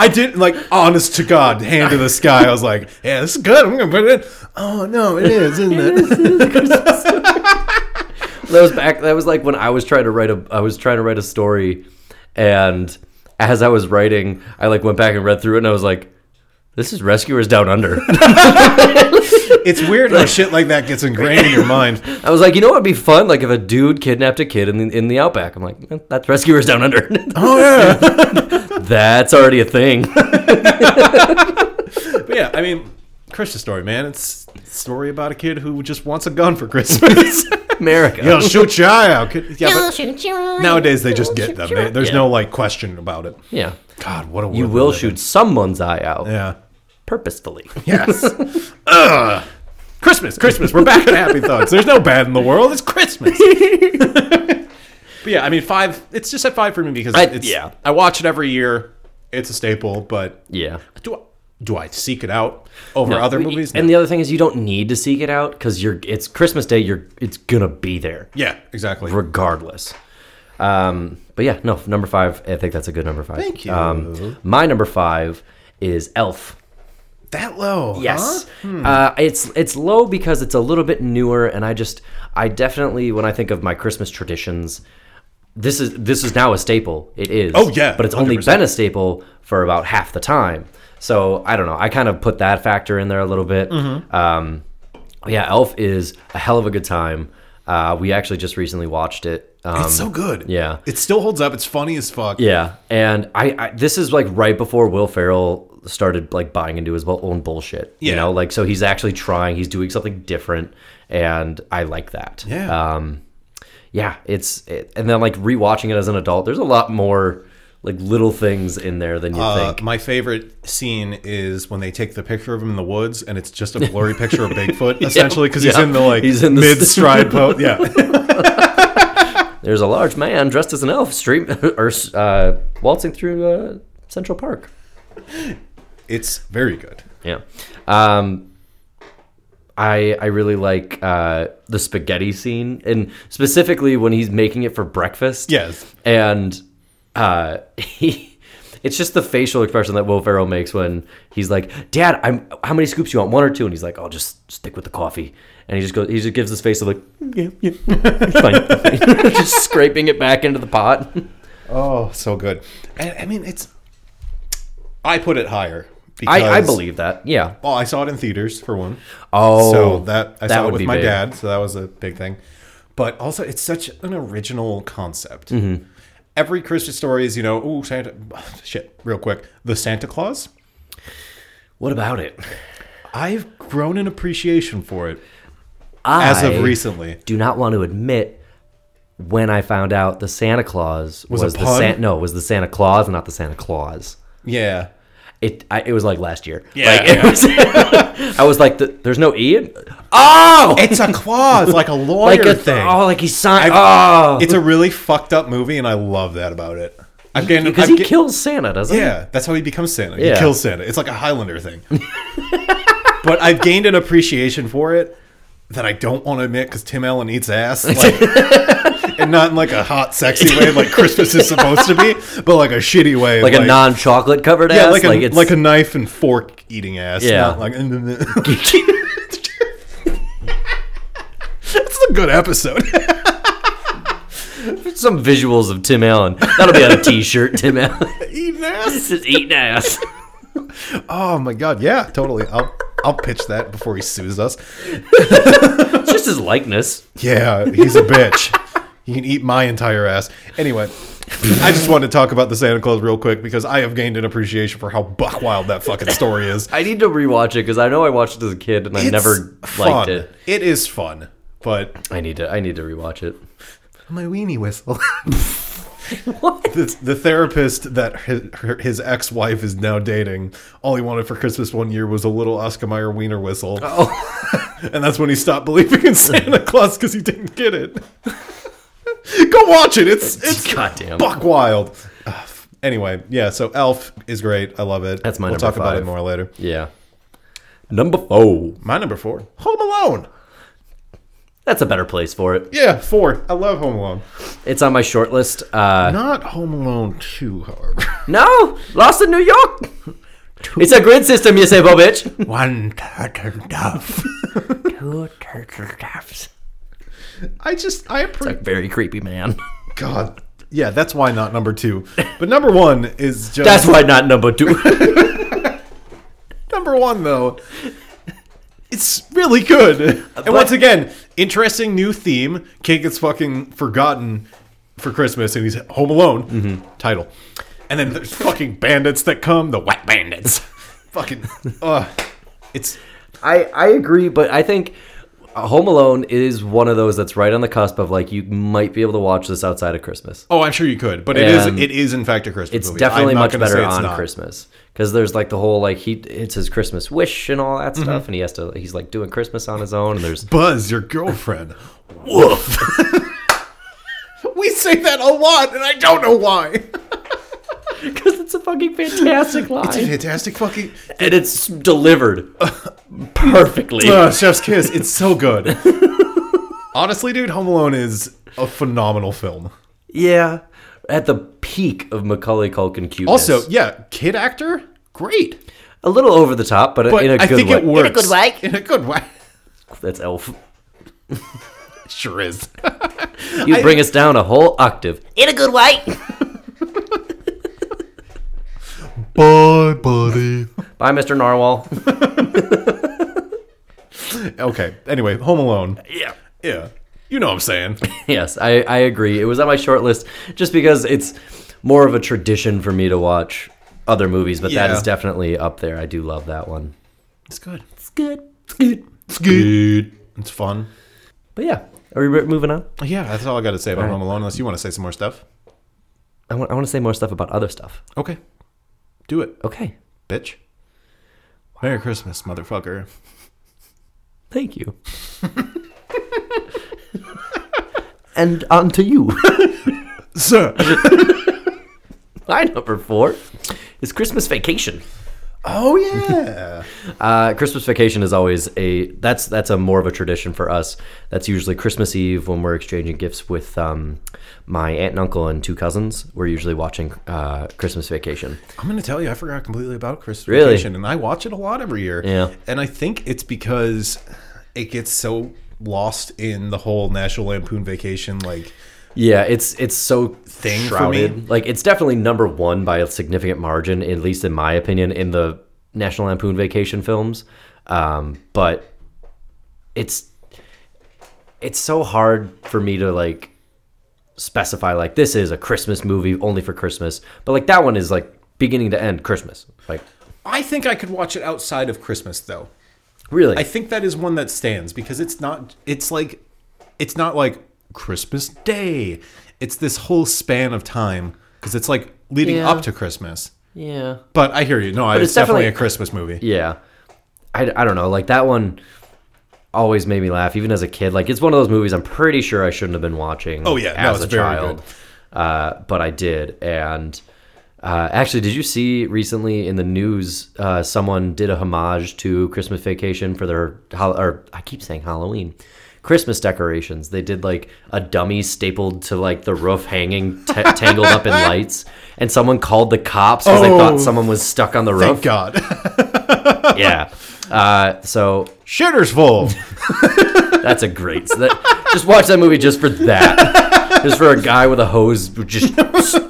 Speaker 4: I did, like, honest to God, hand to the sky. I was like, yeah, this is good. I'm going to put it in. Oh, no, it is, isn't it?
Speaker 3: that was back that was like when i was trying to write a i was trying to write a story and as i was writing i like went back and read through it and i was like this is rescuers down under
Speaker 4: it's weird how shit like that gets ingrained in your mind.
Speaker 3: i was like you know what would be fun like if a dude kidnapped a kid in the, in the outback i'm like "Eh, that's rescuers down under
Speaker 4: Oh, yeah.
Speaker 3: that's already a thing
Speaker 4: But yeah, I mean, Christmas story, man. It's a story about a kid who just wants a gun for Christmas.
Speaker 3: america
Speaker 4: You'll shoot your eye out. kid. Yeah, but
Speaker 2: Nowadays,
Speaker 4: nowadays they just get them. They, there's
Speaker 3: Yeah.
Speaker 4: no, like, question about it.
Speaker 3: yeah
Speaker 4: God, what a
Speaker 3: you
Speaker 4: world we
Speaker 3: will
Speaker 4: live in.
Speaker 3: shoot someone's eye out
Speaker 4: Yeah.
Speaker 3: purposefully
Speaker 4: Yes. Ugh. Christmas, Christmas. We're back at Happy Thoughts. There's no bad in the world. It's Christmas. but yeah, I mean, five. It's just at five for me because
Speaker 3: I-
Speaker 4: it's,
Speaker 3: yeah.
Speaker 4: I watch it every year. It's a staple, but
Speaker 3: yeah
Speaker 4: do I, do I seek it out over
Speaker 3: No,
Speaker 4: other
Speaker 3: y-
Speaker 4: movies?
Speaker 3: and the other thing is you don't need to seek it out because you're it's christmas day you're it's gonna be there
Speaker 4: yeah, exactly.
Speaker 3: regardless. Um, but yeah, no, number five. I think that's a good number five.
Speaker 4: Thank you.
Speaker 3: Um, my number five is Elf.
Speaker 4: that low?
Speaker 3: Yes, uh, it's it's low because it's a little bit newer, and I just I definitely when I think of my Christmas traditions, this is this is now a staple. It is.
Speaker 4: Oh, yeah,
Speaker 3: but it's only
Speaker 4: 100%.
Speaker 3: been a staple for about half the time. So I don't know. I kind of put that factor in there a little bit.
Speaker 4: Mm-hmm.
Speaker 3: Um, yeah, Elf is a hell of a good time. Uh, we actually just recently watched it. Um,
Speaker 4: It's so good.
Speaker 3: yeah.
Speaker 4: It still holds up. It's funny as fuck.
Speaker 3: yeah, and I, I this is like right before Will Ferrell started like buying into his bu- own bullshit. You
Speaker 4: Yeah.
Speaker 3: know, like so he's actually trying. He's doing something different, and I like that.
Speaker 4: Yeah.
Speaker 3: Um, yeah, it's it, and then like rewatching it as an adult, there's a lot more like little things in there than you
Speaker 4: Uh,
Speaker 3: think.
Speaker 4: my favorite scene is when they take the picture of him in the woods, and it's just a blurry picture of Bigfoot, essentially, because he's
Speaker 3: yeah.
Speaker 4: in the like
Speaker 3: He's in the-
Speaker 4: mid stride pose. Yeah,
Speaker 3: There's a large man dressed as an elf stream or uh, waltzing through uh, Central Park.
Speaker 4: It's very good.
Speaker 3: Yeah. Um, I I really like uh, the spaghetti scene, and specifically when he's making it for breakfast.
Speaker 4: Yes.
Speaker 3: And uh, he, it's just the facial expression that Will Ferrell makes when he's like, "Dad, I'm how many scoops you want? One or two? And he's like, "I'll just stick with the coffee." And he just goes, he just gives his face of like, "Yeah, yeah, it's fine," just scraping it back into the pot.
Speaker 4: Oh, so good. And I mean, it's. I put it higher. Because,
Speaker 3: I, I believe that. Yeah.
Speaker 4: Well, I saw it in theaters for one.
Speaker 3: Oh,
Speaker 4: so that I
Speaker 3: that
Speaker 4: saw it
Speaker 3: would
Speaker 4: with
Speaker 3: be
Speaker 4: my
Speaker 3: big.
Speaker 4: dad, so that was a big thing. But also, it's such an original concept.
Speaker 3: Mm-hmm.
Speaker 4: Every Christmas story is, you know, ooh, Santa. Shit, real quick, the Santa Claus.
Speaker 3: What about it?
Speaker 4: I've grown an appreciation for it
Speaker 3: I,
Speaker 4: as of recently.
Speaker 3: do not want to admit when I found out the Santa Claus was,
Speaker 4: a
Speaker 3: the
Speaker 4: pun?
Speaker 3: Santa. No, it was the Santa Claus, not the Santa Claus.
Speaker 4: Yeah,
Speaker 3: It I, it was like last year.
Speaker 4: Yeah,
Speaker 3: Like, it
Speaker 4: yeah.
Speaker 3: was- I was like, "The- there's no e. In? Oh,
Speaker 4: it's a clause, like a lawyer
Speaker 3: like a
Speaker 4: thing.
Speaker 3: Oh, like he signed.
Speaker 4: I've-
Speaker 3: Oh,
Speaker 4: It's a really fucked up movie, and I love that about it. I'm getting
Speaker 3: because
Speaker 4: I'm
Speaker 3: he
Speaker 4: get-
Speaker 3: kills Santa, doesn't he?
Speaker 4: Yeah, that's how he becomes Santa. He
Speaker 3: Yeah.
Speaker 4: kills Santa. It's like a Highlander thing. but I've gained an appreciation for it that I don't want to admit because Tim Allen eats ass. Like, and not in like a hot, sexy way like Christmas is supposed to be, but like a shitty way.
Speaker 3: Like, a non-chocolate covered
Speaker 4: Yeah,
Speaker 3: ass.
Speaker 4: like, a,
Speaker 3: it's
Speaker 4: like a knife and fork eating ass.
Speaker 3: Yeah.
Speaker 4: Not like. That's a good episode.
Speaker 3: some visuals of Tim Allen. That'll be on a T-shirt. Tim Allen
Speaker 4: eating ass.
Speaker 3: just eating ass.
Speaker 4: Oh my god, yeah, totally. I'll I'll pitch that before he sues us.
Speaker 3: It's just his likeness.
Speaker 4: Yeah, he's a bitch. He can eat my entire ass. Anyway, I just wanted to talk about the Santa Claus real quick because I have gained an appreciation for how buck wild that fucking story is.
Speaker 3: I need to rewatch it because I know I watched it as a kid and I
Speaker 4: It's
Speaker 3: never liked
Speaker 4: fun.
Speaker 3: it.
Speaker 4: It is fun, but
Speaker 3: I need to. I need to rewatch it.
Speaker 4: my weenie whistle. the, the therapist that his, her, his ex-wife is now dating all he wanted for christmas one year was a little oscar Mayer wiener whistle
Speaker 3: Oh.
Speaker 4: and that's when he stopped believing in santa claus because he didn't get it go watch it it's it's
Speaker 3: Goddamn.
Speaker 4: buck wild Ugh. anyway yeah so elf is great i love it
Speaker 3: That's my
Speaker 4: we'll
Speaker 3: number
Speaker 4: talk about it
Speaker 3: five.
Speaker 4: more later
Speaker 3: Yeah. Number four.
Speaker 4: my number four home alone
Speaker 3: That's a better place for it.
Speaker 4: yeah four i love home alone
Speaker 3: It's on my short list. Uh,
Speaker 4: not home alone too hard
Speaker 3: no, Lost in New York. It's a grid system, you say, bo bitch.
Speaker 4: one turtle dove i just i appreciate
Speaker 3: Very creepy man.
Speaker 4: God. Yeah, that's why not number two. But number one is just
Speaker 3: That's why not number two.
Speaker 4: number one though. It's really good.
Speaker 3: Uh,
Speaker 4: And once again, interesting new theme. Kid gets fucking forgotten for Christmas and he's home alone.
Speaker 3: Mm-hmm.
Speaker 4: Title. And then there's fucking bandits that come, the wet bandits. fucking uh it's
Speaker 3: I, I agree, but I think Home Alone is one of those that's right on the cusp of like you might be able to watch this outside of Christmas.
Speaker 4: Oh, I'm sure you could, but it is
Speaker 3: Um,
Speaker 4: it is in fact a Christmas
Speaker 3: It's
Speaker 4: movie. I'm
Speaker 3: definitely
Speaker 4: not
Speaker 3: much
Speaker 4: gonna
Speaker 3: better
Speaker 4: say it's
Speaker 3: on
Speaker 4: not.
Speaker 3: Christmas because there's like the whole like he it's his Christmas wish and all that
Speaker 4: Mm-hmm.
Speaker 3: stuff, and he has to he's like doing Christmas on his own, and there's
Speaker 4: Buzz, your girlfriend. Woof. we say that a lot, and I don't know why.
Speaker 3: because it's a fucking fantastic line,
Speaker 4: Fantastic fucking
Speaker 3: and it's delivered perfectly.
Speaker 4: uh, Chef's Kiss. It's so good. Honestly, dude, Home Alone is a phenomenal film.
Speaker 3: yeah, at the peak of Macaulay Culkin cuteness.
Speaker 4: Also, yeah, kid actor, great.
Speaker 3: a little over the top, but,
Speaker 4: But
Speaker 3: in a
Speaker 4: I
Speaker 3: good
Speaker 4: think
Speaker 3: way.
Speaker 4: it works. In a good
Speaker 2: way?
Speaker 4: In a good way.
Speaker 3: That's Elf.
Speaker 4: Sure is.
Speaker 3: You bring us down a whole octave.
Speaker 2: In a good way.
Speaker 1: Bye, buddy.
Speaker 3: Bye, Mr. Narwhal.
Speaker 4: okay. Anyway, Home Alone.
Speaker 3: yeah.
Speaker 4: Yeah. You know what I'm saying.
Speaker 3: Yes, I, I agree. It was on my short list just because it's more of a tradition for me to watch other movies, but that
Speaker 4: Yeah.
Speaker 3: is definitely up there. I do love that one.
Speaker 4: It's good.
Speaker 3: It's good. It's good.
Speaker 4: It's good. It's fun.
Speaker 3: But yeah, are we re- moving on?
Speaker 4: Yeah, that's all I got to say about Home Alone, unless you want to say some more stuff.
Speaker 3: I want, I want to say more stuff about other stuff.
Speaker 4: Okay. Do it.
Speaker 3: Okay.
Speaker 4: bitch. Merry Christmas, motherfucker.
Speaker 3: Thank you. and on to you.
Speaker 4: Sir.
Speaker 3: My number four is Christmas Vacation.
Speaker 4: Oh yeah.
Speaker 3: Uh, Christmas vacation is always a that's that's a more of a tradition for us. That's usually Christmas Eve when we're exchanging gifts with um, my aunt and uncle and two cousins. We're usually watching uh, Christmas Vacation.
Speaker 4: I'm gonna tell you, I forgot completely about Christmas
Speaker 3: Really?
Speaker 4: Vacation, and I watch it a lot every year.
Speaker 3: Yeah.
Speaker 4: And I think it's because it gets so lost in the whole National Lampoon Vacation, like
Speaker 3: Yeah, it's it's so
Speaker 4: Thing for
Speaker 3: shrouded.
Speaker 4: me.
Speaker 3: Like it's definitely number one by a significant margin, at least in my opinion, in the National Lampoon Vacation films. Um, but it's it's so hard for me to like specify like this is a Christmas movie only for Christmas, but like that one is like beginning to end Christmas. Like
Speaker 4: I think I could watch it outside of Christmas though.
Speaker 3: really,
Speaker 4: I think that is one that stands because it's not it's like it's not like Christmas Day. It's this whole span of time because it's like leading
Speaker 3: Yeah.
Speaker 4: up to Christmas.
Speaker 3: yeah.
Speaker 4: But I hear you. No, it's,
Speaker 3: it's
Speaker 4: definitely,
Speaker 3: definitely-
Speaker 4: a Christmas movie.
Speaker 3: Yeah. I, I don't know. Like that one always made me laugh, even as a kid. Like it's one of those movies I'm pretty sure I shouldn't have been watching
Speaker 4: Oh, yeah. No,
Speaker 3: as
Speaker 4: it's
Speaker 3: a
Speaker 4: very
Speaker 3: child. Uh, but I did. And uh, actually, did you see recently in the news uh, someone did a homage to Christmas Vacation for their, hol- or I keep saying Halloween. Christmas decorations. They did like a dummy stapled to like the roof, hanging t- tangled up in lights, and someone called the cops because they
Speaker 4: Oh.
Speaker 3: thought someone was stuck on the roof
Speaker 4: Thank God.
Speaker 3: yeah. Uh, so
Speaker 4: Shitter's full.
Speaker 3: that's a great. So that, just watch that movie just for that. just for a guy with a hose just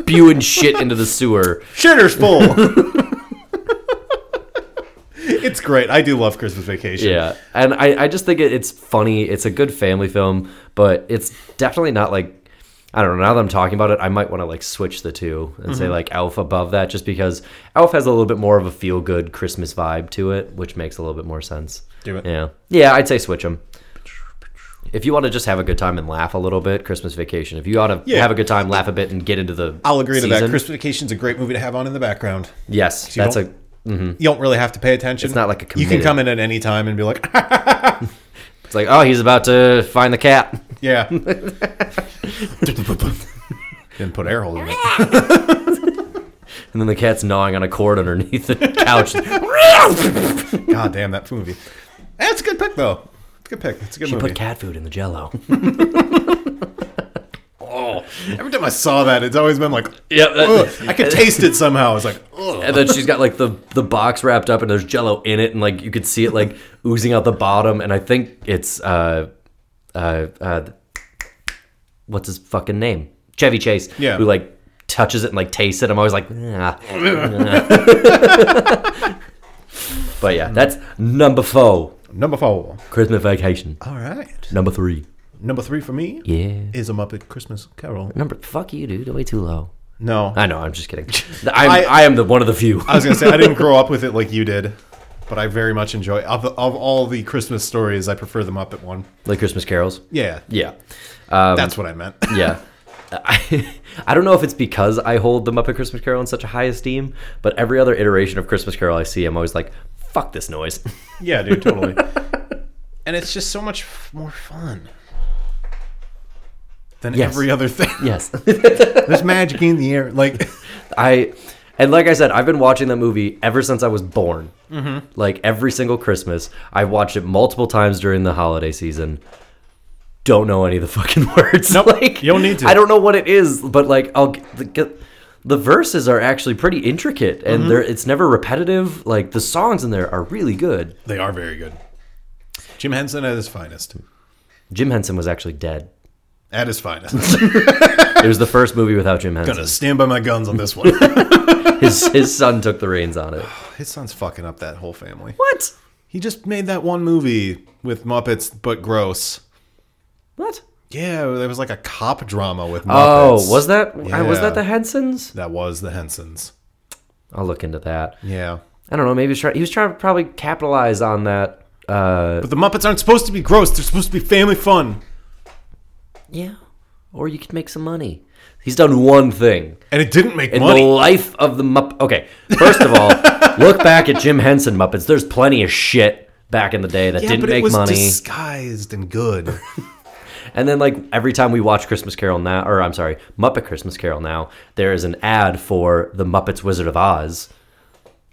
Speaker 3: spewing shit into the sewer.
Speaker 4: Shitter's full. It's great. I do love Christmas Vacation.
Speaker 3: Yeah, and I, I just think it, it's funny. It's a good family film, but it's definitely not like I don't know. Now that I'm talking about it, I might want to like switch the two and
Speaker 4: Mm-hmm.
Speaker 3: say like Elf above that, just because Elf has a little bit more of a feel good Christmas vibe to it, which makes a little bit more sense.
Speaker 4: Do it.
Speaker 3: Yeah, yeah. I'd say switch them. If you want to just have a good time and laugh a little bit, Christmas Vacation. If you want to
Speaker 4: Yeah.
Speaker 3: have a good time, laugh a bit, and get into the
Speaker 4: I'll agree to that.
Speaker 3: season,
Speaker 4: Christmas Vacation's a great movie to have on in the background.
Speaker 3: Yes,
Speaker 4: you
Speaker 3: that's a
Speaker 4: don't- You don't really have to pay attention.
Speaker 3: It's not like a
Speaker 4: You can
Speaker 3: committed-
Speaker 4: come in at any time and be like,
Speaker 3: It's like, oh, he's about to find the cat.
Speaker 4: yeah. Didn't put air hole in it.
Speaker 3: And then the cat's gnawing on a cord underneath the couch.
Speaker 4: God damn that movie. That's a good pick though. It's a good pick. It's a good
Speaker 3: she
Speaker 4: movie.
Speaker 3: put cat food in the jello.
Speaker 4: Every time I saw that, it's always been like,
Speaker 3: yep.
Speaker 4: Ugh, I could taste it somehow. It's like, ugh.
Speaker 3: and then she's got like the, the box wrapped up and there's jello in it and like you could see it like oozing out the bottom and I think it's uh uh uh what's his fucking name? Chevy Chase.
Speaker 4: Yeah.
Speaker 3: Who like touches it and like tastes it. I'm always like, nah. but yeah, that's number four.
Speaker 4: Number four.
Speaker 3: Christmas vacation.
Speaker 4: All right.
Speaker 3: Number three.
Speaker 4: Number three for me
Speaker 3: Yeah.
Speaker 4: is a Muppet Christmas Carol.
Speaker 3: Number fuck you, dude. Way too low.
Speaker 4: No,
Speaker 3: I know. I'm just kidding. I'm, I, am the one of the few.
Speaker 4: I was gonna say I didn't grow up with it like you did, but I very much enjoy. Of, of all the Christmas stories, I prefer the Muppet one.
Speaker 3: like Christmas carols.
Speaker 4: Yeah,
Speaker 3: Yeah.
Speaker 4: that's what I meant.
Speaker 3: Yeah. I, I don't know if it's because I hold the Muppet Christmas Carol in such a high esteem, but every other iteration of Christmas Carol I see, I'm always like, fuck this noise.
Speaker 4: yeah, dude, totally. and it's just so much f- more fun than
Speaker 3: Yes.
Speaker 4: every other thing.
Speaker 3: yes.
Speaker 4: There's magic in the air. Like,
Speaker 3: I and like I said, I've been watching that movie ever since I was born.
Speaker 4: Mm-hmm.
Speaker 3: Like every single Christmas, I've watched it multiple times during the holiday season. Don't know any of the fucking words.
Speaker 4: Nope,
Speaker 3: like
Speaker 4: you don't need to.
Speaker 3: I don't know what it is, but like I'll g- the, get, the verses are actually pretty intricate, and
Speaker 4: Mm-hmm.
Speaker 3: they're it's never repetitive. Like the songs in there are really good.
Speaker 4: they are very good. Jim Henson at his finest.
Speaker 3: Jim Henson was actually dead.
Speaker 4: At his finest.
Speaker 3: It was the first movie without Jim Henson.
Speaker 4: Gonna stand by my guns on this one.
Speaker 3: His his son took the reins on it.
Speaker 4: his son's fucking up that whole family.
Speaker 3: What?
Speaker 4: He just made that one movie with Muppets, but gross.
Speaker 3: What?
Speaker 4: Yeah, there was like a cop drama with Muppets.
Speaker 3: Oh, was that I- was
Speaker 4: Yeah.
Speaker 3: that the Hensons?
Speaker 4: That was the Hensons.
Speaker 3: I'll look into that.
Speaker 4: Yeah.
Speaker 3: I don't know. Maybe he was trying. He was trying to probably capitalize on that. Uh,
Speaker 4: But the Muppets aren't supposed to be gross. They're supposed to be family fun.
Speaker 3: yeah, or you could make some money. He's done one thing
Speaker 4: And it didn't make
Speaker 3: in
Speaker 4: money.
Speaker 3: the life of the Mupp. Okay, first of all, look back at Jim Henson Muppets. There's plenty of shit back in the day that
Speaker 4: yeah,
Speaker 3: didn't
Speaker 4: but
Speaker 3: make
Speaker 4: it was
Speaker 3: money.
Speaker 4: disguised and good.
Speaker 3: And then like every time we watch Christmas Carol now, or I'm sorry, Muppet Christmas Carol now, there is an ad for the Muppets Wizard of Oz,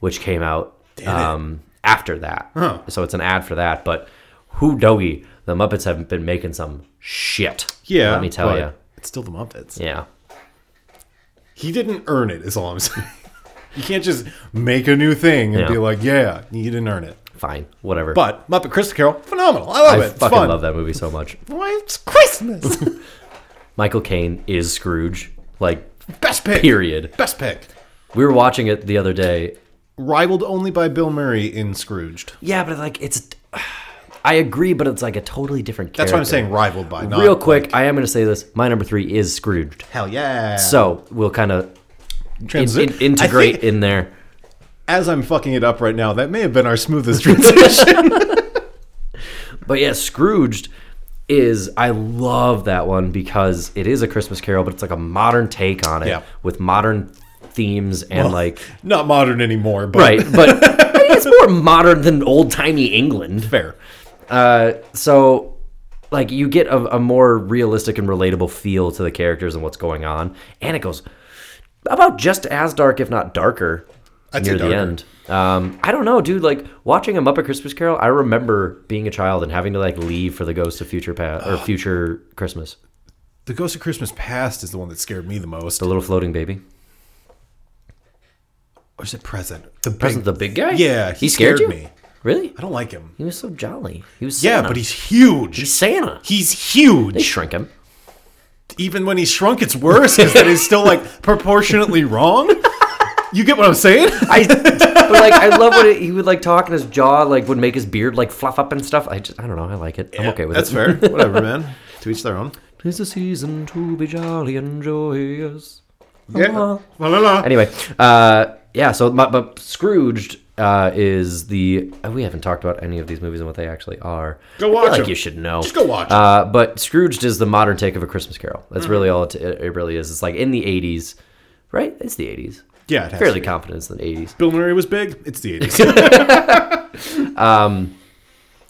Speaker 3: which came out um, after that.
Speaker 4: Huh.
Speaker 3: So it's an ad for that. But who doggy? The Muppets have been making some shit.
Speaker 4: Yeah.
Speaker 3: let me tell
Speaker 4: but
Speaker 3: you.
Speaker 4: It's still the Muppets.
Speaker 3: Yeah.
Speaker 4: He didn't earn it, is all I'm saying. you can't just make a new thing and
Speaker 3: Yeah.
Speaker 4: be like, yeah, you didn't earn it.
Speaker 3: Fine. Whatever.
Speaker 4: But Muppet Christmas Carol, phenomenal. I love
Speaker 3: I
Speaker 4: it. It's
Speaker 3: fucking
Speaker 4: fun.
Speaker 3: love that movie so much.
Speaker 4: Why, it's Christmas.
Speaker 3: Michael Caine is Scrooge. Like,
Speaker 4: Best pick.
Speaker 3: period.
Speaker 4: Best pick.
Speaker 3: We were watching it the other day,
Speaker 4: Rivaled only by Bill Murray in Scrooged.
Speaker 3: Yeah, but like it's. I agree, but it's like a totally different. Character.
Speaker 4: That's what I'm saying, rivaled by. Not,
Speaker 3: Real quick, I am going to say this. My number three is Scrooged,
Speaker 4: Hell yeah.
Speaker 3: so we'll kind of
Speaker 4: Transi- I think-
Speaker 3: integrate in there.
Speaker 4: as I'm fucking it up right now, that may have been our smoothest transition.
Speaker 3: But yeah, Scrooged is I love that one because it is a Christmas Carol, but it's like a modern take on it
Speaker 4: Yeah.
Speaker 3: with modern themes and like
Speaker 4: Not modern anymore, but
Speaker 3: right, but it's more modern than old timey England.
Speaker 4: fair.
Speaker 3: Uh, so like you get a, a more realistic and relatable feel to the characters and what's going on and it goes about just as dark if not darker
Speaker 4: I'd say
Speaker 3: near the
Speaker 4: darker.
Speaker 3: end um, i don't know dude like watching a muppet christmas carol i remember being a child and having to like leave for the ghost of future past or future christmas
Speaker 4: The Ghost of Christmas Past is the one that scared me the most.
Speaker 3: the little floating baby
Speaker 4: Or is it present? The
Speaker 3: present
Speaker 4: big-
Speaker 3: the big guy
Speaker 4: Yeah,
Speaker 3: he,
Speaker 4: he
Speaker 3: scared,
Speaker 4: scared
Speaker 3: you
Speaker 4: me.
Speaker 3: really
Speaker 4: I don't like him.
Speaker 3: he was so jolly he was
Speaker 4: Yeah,
Speaker 3: Santa.
Speaker 4: but he's huge.
Speaker 3: he's
Speaker 4: He's,
Speaker 3: santa they
Speaker 4: huge.
Speaker 3: shrink him
Speaker 4: Even when he's shrunk, it's worse because then he's still like proportionately wrong. You get what I'm saying?
Speaker 3: I, but like, I love what it, he would like talk in his jaw, like would make his beard like fluff up and stuff. I just, I don't know, I like it. I'm okay with
Speaker 4: That's
Speaker 3: it.
Speaker 4: fair. Whatever, man. To each their own.
Speaker 3: Tis the season to be jolly and joyous.
Speaker 4: Yeah. La la la.
Speaker 3: Anyway, uh, yeah. So, my, but Scrooged uh, is the uh, we haven't talked about any of these movies and what they actually are.
Speaker 4: Go
Speaker 3: I feel
Speaker 4: watch
Speaker 3: like
Speaker 4: 'em.
Speaker 3: you should know.
Speaker 4: Just go watch Mm-hmm. 'em.
Speaker 3: Uh, but Scrooged is the modern take of a Christmas Carol. That's really all it, it it really is. It's like in the '80s, right? It's the '80s.
Speaker 4: Yeah, it has
Speaker 3: Fairly
Speaker 4: to be.
Speaker 3: confident it's the '80s.
Speaker 4: Bill Murray was big. It's the 80s.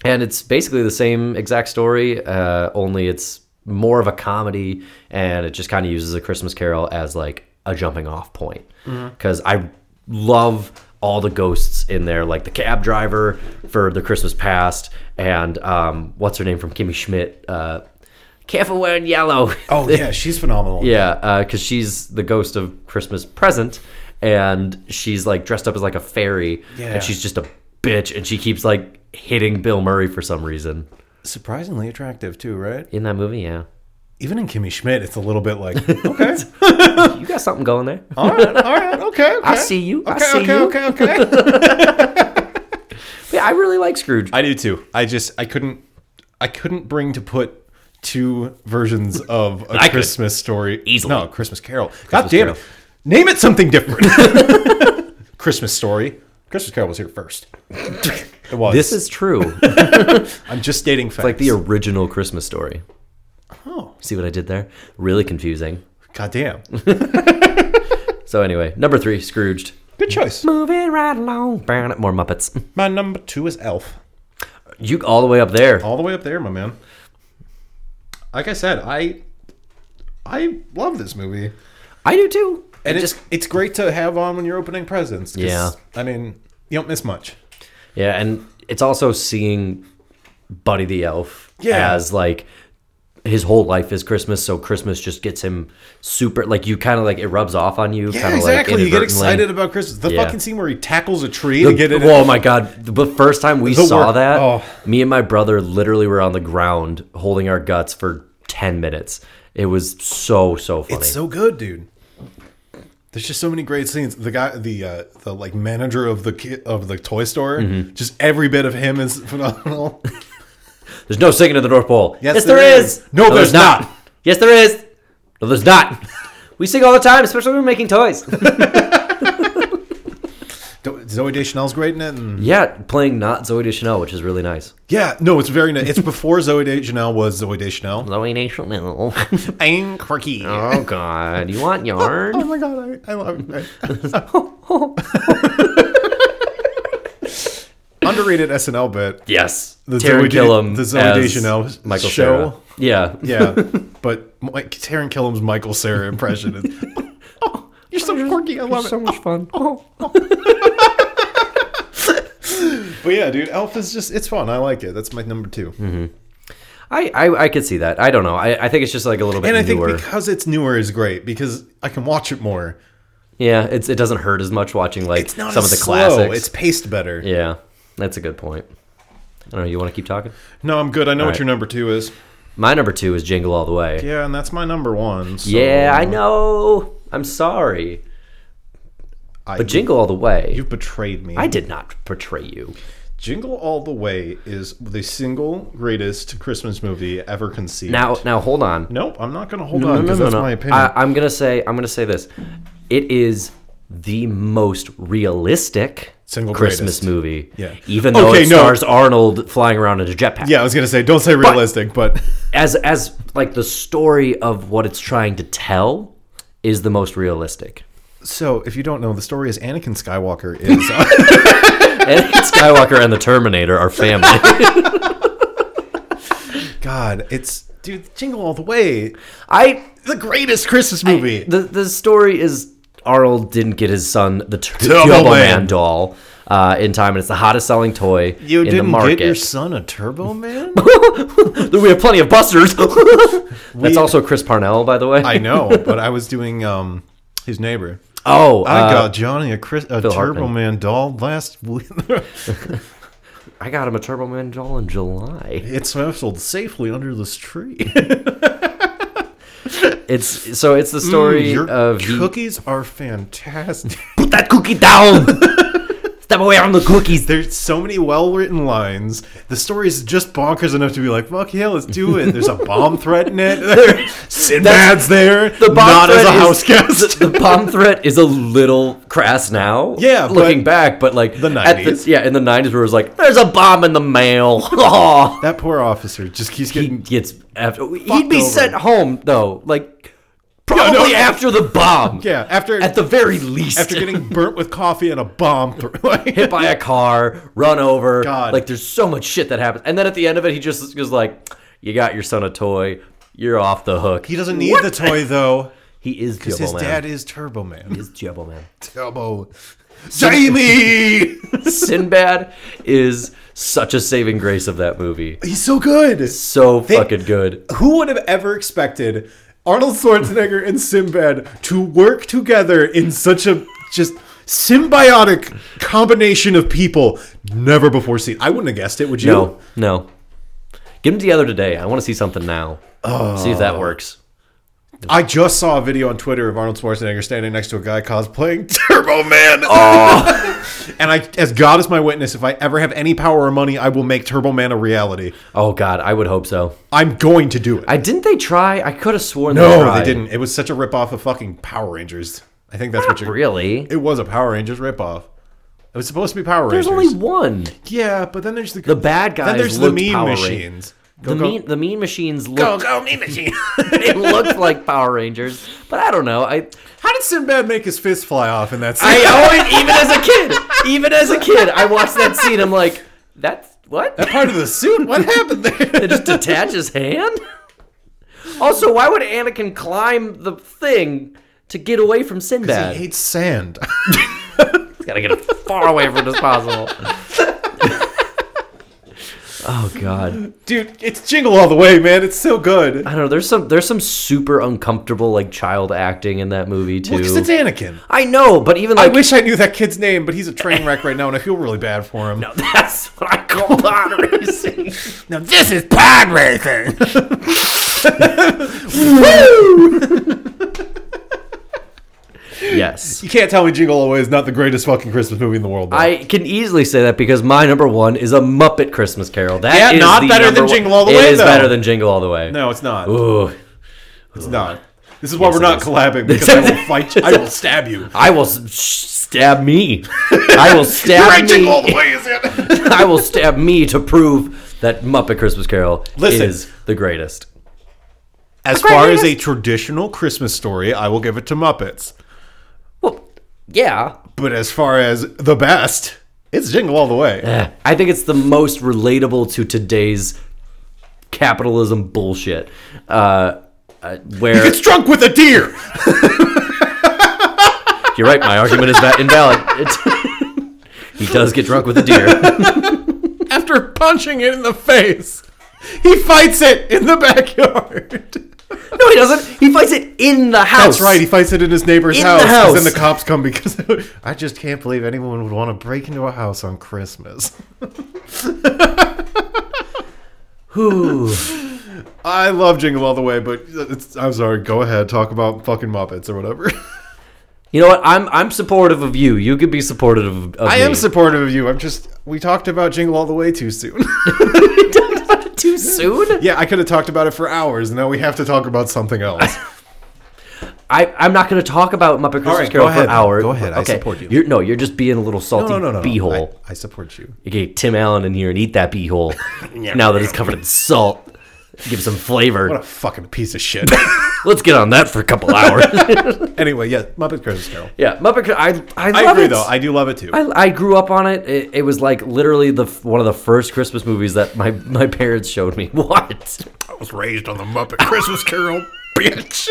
Speaker 3: and it's basically the same exact story uh, only it's more of a comedy and it just kind of uses a christmas carol as like a jumping off point because i love all the ghosts in there like the cab driver for the christmas past and um, what's her name from kimmy schmidt uh, careful wearing yellow
Speaker 4: oh, yeah. She's phenomenal.
Speaker 3: yeah, because she's the ghost of Christmas present, and she's like dressed up as like a fairy,
Speaker 4: Yeah.
Speaker 3: and she's just a bitch, and she keeps like hitting Bill Murray for some reason
Speaker 4: Surprisingly attractive, too, right?
Speaker 3: in that movie. Yeah,
Speaker 4: Even in Kimmy Schmidt, it's a little bit like, okay.
Speaker 3: you got something going there.
Speaker 4: all right. All right. Okay. okay.
Speaker 3: I see you. I
Speaker 4: Okay,
Speaker 3: see
Speaker 4: okay,
Speaker 3: you.
Speaker 4: okay, okay.
Speaker 3: Yeah, I really like Scrooge.
Speaker 4: I do too. I just I couldn't I couldn't bring to put two versions of a
Speaker 3: could.
Speaker 4: Christmas story.
Speaker 3: Easily.
Speaker 4: No, Christmas Carol. God damn
Speaker 3: Carol.
Speaker 4: it. Name it something different. Christmas story. Christmas Carol was here first. It was.
Speaker 3: this is true,
Speaker 4: I'm just stating facts.
Speaker 3: like the original Christmas story.
Speaker 4: Oh.
Speaker 3: See what I did there? Really confusing.
Speaker 4: God damn.
Speaker 3: So anyway, number three, Scrooged.
Speaker 4: Good choice.
Speaker 3: Moving right along, more Muppets.
Speaker 4: My number two is Elf.
Speaker 3: You all the way up there.
Speaker 4: All the way up there, my man. Like I said, I I love this movie.
Speaker 3: I do too.
Speaker 4: And
Speaker 3: it
Speaker 4: it's,
Speaker 3: just
Speaker 4: it's great to have on when you're opening presents. 'cause,
Speaker 3: Yeah.
Speaker 4: I mean, you don't miss much.
Speaker 3: Yeah, and it's also seeing Buddy the Elf
Speaker 4: Yeah.
Speaker 3: as like his whole life is Christmas, so Christmas just gets him super like you kind of like it rubs off on you.
Speaker 4: Yeah,
Speaker 3: kinda
Speaker 4: exactly.
Speaker 3: Like
Speaker 4: you get
Speaker 3: inadvertently.
Speaker 4: excited about Christmas. The
Speaker 3: Yeah.
Speaker 4: fucking scene where he tackles a tree
Speaker 3: The-
Speaker 4: to get it.
Speaker 3: oh my god! The first time we
Speaker 4: The
Speaker 3: saw
Speaker 4: work-
Speaker 3: that,
Speaker 4: oh.
Speaker 3: me and my brother literally were on the ground holding our guts for ten minutes. It was so so funny.
Speaker 4: It's so good, dude. There's just so many great scenes. The guy, the uh, the like manager of the ki- of the toy store,
Speaker 3: Mm-hmm.
Speaker 4: just every bit of him is phenomenal.
Speaker 3: there's no singing at the North Pole.
Speaker 4: Yes,
Speaker 3: there
Speaker 4: there
Speaker 3: is.
Speaker 4: is. No, there's not.
Speaker 3: Yes, there is. No, there's not. We sing all the time, especially when we're making toys.
Speaker 4: Do- Zoe Deschanel's great in it. And
Speaker 3: Yeah, playing not Zoe Deschanel, which is really nice.
Speaker 4: yeah, no, it's very nice. It's before Zoe Deschanel was Zoe Deschanel.
Speaker 3: Zoe Deschanel.
Speaker 4: I'm quirky. Oh
Speaker 3: oh God, you want yarn?
Speaker 4: my god, I, I love it. Underrated SNL bit.
Speaker 3: yes,
Speaker 4: The
Speaker 3: Taron
Speaker 4: Zoe De-
Speaker 3: Killam,
Speaker 4: the Zoe
Speaker 3: as
Speaker 4: Deschanel
Speaker 3: Michael
Speaker 4: show.
Speaker 3: Cera. Yeah,
Speaker 4: Yeah, but Mike, Taron Killam's Michael Sarah impression is. Oh, you're so quirky. I love it.
Speaker 3: much fun. Oh,
Speaker 4: But yeah, dude, Elf is just, it's fun. I like it. That's my number 2
Speaker 3: I, I I could see that. I don't know. I, I think it's just like a little bit
Speaker 4: And I think
Speaker 3: newer.
Speaker 4: because it's newer is great because I can watch it more.
Speaker 3: yeah, it's it doesn't hurt as much watching like
Speaker 4: It's not
Speaker 3: some
Speaker 4: as
Speaker 3: of the
Speaker 4: slow.
Speaker 3: classics.
Speaker 4: It's paced better.
Speaker 3: yeah, that's a good point. I don't know. You want to keep talking?
Speaker 4: No, I'm good. I know what
Speaker 3: right.
Speaker 4: your number two is.
Speaker 3: My number two is Jingle All the Way.
Speaker 4: Yeah, and that's my number one. So
Speaker 3: yeah, I know. I'm sorry,
Speaker 4: I,
Speaker 3: but Jingle All the Way.
Speaker 4: You've betrayed me.
Speaker 3: I did not portray you.
Speaker 4: Jingle All the Way is the single greatest Christmas movie ever conceived.
Speaker 3: Now, now, hold on.
Speaker 4: nope, I'm not going to hold on because that's my opinion.
Speaker 3: I, I'm gonna say I'm gonna say this. It is the most realistic
Speaker 4: Single
Speaker 3: Christmas
Speaker 4: greatest.
Speaker 3: movie.
Speaker 4: Yeah.
Speaker 3: Even though
Speaker 4: Okay,
Speaker 3: it
Speaker 4: no.
Speaker 3: stars Arnold flying around in a jetpack.
Speaker 4: yeah, I was going to say, don't say realistic, but
Speaker 3: As as like the story of what it's trying to tell is the most realistic.
Speaker 4: So, if you don't know, the story is Anakin Skywalker is oh
Speaker 3: And Skywalker and the Terminator are family.
Speaker 4: God. It's dude, Jingle All the Way,
Speaker 3: I
Speaker 4: the greatest Christmas movie.
Speaker 3: the the story is Arnold didn't get his son the t-
Speaker 4: Double
Speaker 3: Turbo
Speaker 4: Man.
Speaker 3: Man doll uh, in time, and it's the hottest selling toy
Speaker 4: you
Speaker 3: in the
Speaker 4: didn't
Speaker 3: market.
Speaker 4: get your son a Turbo Man?
Speaker 3: we have plenty of busters. That's also Chris Parnell, by the way.
Speaker 4: I know, but I was doing um his neighbor.
Speaker 3: oh,
Speaker 4: I
Speaker 3: uh,
Speaker 4: got Johnny a Chris a
Speaker 3: Phil
Speaker 4: Turbo
Speaker 3: Hartman.
Speaker 4: Man doll last week.
Speaker 3: I got him a Turbo Man doll in July.
Speaker 4: it nestled safely under this tree.
Speaker 3: It's so it's the story
Speaker 4: Your
Speaker 3: of he-
Speaker 4: cookies are fantastic.
Speaker 3: that cookie down! Step away from the cookies.
Speaker 4: There's so many well written lines. The story is just bonkers enough to be like, fuck yeah, let's do it. There's a bomb threat in it. Sinbad's there.
Speaker 3: The bomb
Speaker 4: not as
Speaker 3: threat
Speaker 4: a
Speaker 3: is-
Speaker 4: house guest.
Speaker 3: The, the bomb threat is a little crass now.
Speaker 4: Yeah, but-
Speaker 3: looking back, but like
Speaker 4: The
Speaker 3: at
Speaker 4: 90s.
Speaker 3: yeah, in the nineties, where it was like, "There's a bomb in the mail." Aw.
Speaker 4: that poor officer just keeps
Speaker 3: he
Speaker 4: getting.
Speaker 3: gets after. He'd be
Speaker 4: over.
Speaker 3: sent home though, like probably
Speaker 4: no.
Speaker 3: after the bomb.
Speaker 4: yeah, after
Speaker 3: at the very least,
Speaker 4: after getting burnt with coffee and a bomb through. Like,
Speaker 3: hit by a car, run over.
Speaker 4: God.
Speaker 3: Like there's so much shit that happens. And then at the end of it, he just goes like, "You got your son a toy. You're off the hook."
Speaker 4: he doesn't need the toy, though.
Speaker 3: He is Jumbo
Speaker 4: Because his
Speaker 3: Man.
Speaker 4: dad is Turbo Man.
Speaker 3: is Jumbo Man.
Speaker 4: Turbo. Jamie!
Speaker 3: Sinbad is such a saving grace of that movie.
Speaker 4: He's so good.
Speaker 3: So fucking good.
Speaker 4: Who would have ever expected Arnold Schwarzenegger and Sinbad to work together in such a just symbiotic combination of people never before seen? I wouldn't have guessed it, would you?
Speaker 3: No, no. Get them together today. I want to see something now. See if
Speaker 4: Oh.
Speaker 3: that works.
Speaker 4: I just saw a video on Twitter of Arnold Schwarzenegger standing next to a guy cosplaying Turbo Man. and I, as God is my witness, if I ever have any power or money, I will make Turbo Man a reality.
Speaker 3: Oh God, I would hope so.
Speaker 4: I'm going to do it.
Speaker 3: I didn't they try? I could have sworn they
Speaker 4: no,
Speaker 3: tried.
Speaker 4: they didn't. It was such a ripoff of fucking Power Rangers. I think that's what you're.
Speaker 3: Really?
Speaker 4: It was a Power Rangers ripoff. It was supposed to be Power
Speaker 3: There's
Speaker 4: Rangers.
Speaker 3: only one.
Speaker 4: yeah, but then there's the
Speaker 3: The bad guys
Speaker 4: Then there's the
Speaker 3: looked
Speaker 4: mean
Speaker 3: Power Ran-
Speaker 4: machines.
Speaker 3: the mean the mean machines
Speaker 4: Go
Speaker 3: look
Speaker 4: go mean machine.
Speaker 3: it looked like Power Rangers, but I don't know. I
Speaker 4: How did Sinbad make his fist fly off in that scene?
Speaker 3: I uh, always even as a kid, even as a kid, I watched that scene. I'm like, that's what?
Speaker 4: that part of the suit. What happened
Speaker 3: They
Speaker 4: there?
Speaker 3: just detach his hand? Also, why would Anakin climb the thing to get away from Sinbad?
Speaker 4: he hates sand.
Speaker 3: He's gotta get as far away from it as possible. oh god.
Speaker 4: Dude, it's jingle all the way, man. It's so good.
Speaker 3: I don't know, there's some there's some super uncomfortable like child acting in that movie too.
Speaker 4: Because it's Anakin.
Speaker 3: I know, but even
Speaker 4: I
Speaker 3: like
Speaker 4: wish I knew that kid's name, but he's a train wreck right now, and I feel really bad for him.
Speaker 3: that's what I call pod racing.
Speaker 4: Now this is pod racing.
Speaker 3: yes.
Speaker 4: You can't tell me Jingle All the Way is not the greatest fucking Christmas movie in the world. though.
Speaker 3: I can easily say that because my number one is a Muppet Christmas Carol. That
Speaker 4: Yeah,
Speaker 3: is
Speaker 4: not
Speaker 3: the
Speaker 4: better than
Speaker 3: number
Speaker 4: Jingle All the
Speaker 3: it
Speaker 4: Way,
Speaker 3: is
Speaker 4: though.
Speaker 3: better than Jingle All the Way.
Speaker 4: no, it's not.
Speaker 3: Ooh,
Speaker 4: It's not. This is why we're
Speaker 3: it
Speaker 4: not
Speaker 3: is.
Speaker 4: collabing because I will fight you. I will stab you.
Speaker 3: I will s- stab me. I will stab
Speaker 4: Jingle
Speaker 3: me.
Speaker 4: way is it?
Speaker 3: I will stab me to prove that Muppet Christmas Carol
Speaker 4: Listen.
Speaker 3: is the greatest.
Speaker 4: As far as a traditional Christmas story, I will give it to Muppets.
Speaker 3: Well, yeah.
Speaker 4: But as far as the best, it's Jingle All the Way.
Speaker 3: Eh, I think it's the most relatable to today's capitalism bullshit. Uh, uh, where
Speaker 4: It's drunk with a deer.
Speaker 3: You're right. My argument is that invalid. It's- he does get drunk with a deer.
Speaker 4: After punching it in the face, he fights it in the backyard.
Speaker 3: No, he doesn't. He fights it in the house.
Speaker 4: That's right. He fights it in his neighbor's
Speaker 3: In the
Speaker 4: house. 'cause
Speaker 3: house.
Speaker 4: Then the cops come because I just can't believe anyone would want to break into a house on Christmas. I love Jingle All the Way, but it's, I'm sorry. Go ahead, talk about fucking Muppets or whatever.
Speaker 3: You know what? I'm I'm supportive of you. You could be supportive of, of
Speaker 4: I
Speaker 3: me.
Speaker 4: am supportive of you. I'm just we talked about Jingle All the Way too soon.
Speaker 3: too soon.
Speaker 4: yeah, I could have talked about it for hours. Now we have to talk about something else.
Speaker 3: I I'm not going to talk about Muppet Christmas
Speaker 4: right, go
Speaker 3: Carol
Speaker 4: ahead.
Speaker 3: for hours.
Speaker 4: Go ahead. I support you.
Speaker 3: You're, no, you're just being a little salty
Speaker 4: No, no, no, no.
Speaker 3: beehole.
Speaker 4: I, I support you.
Speaker 3: You can get Tim Allen in here and eat that beehole. now that it's covered in salt, give some
Speaker 4: What
Speaker 3: flavor.
Speaker 4: a fucking piece of shit.
Speaker 3: Let's get on that for a couple hours.
Speaker 4: anyway, yeah, Muppet Christmas Carol.
Speaker 3: yeah, Muppet. Cr- I I,
Speaker 4: I
Speaker 3: love
Speaker 4: agree
Speaker 3: it.
Speaker 4: though. I do love it too.
Speaker 3: I, I grew up on it. it. It was like literally the f- one of the first Christmas movies that my, my parents showed me. What?
Speaker 4: was raised on the Muppet Christmas Carol, bitch.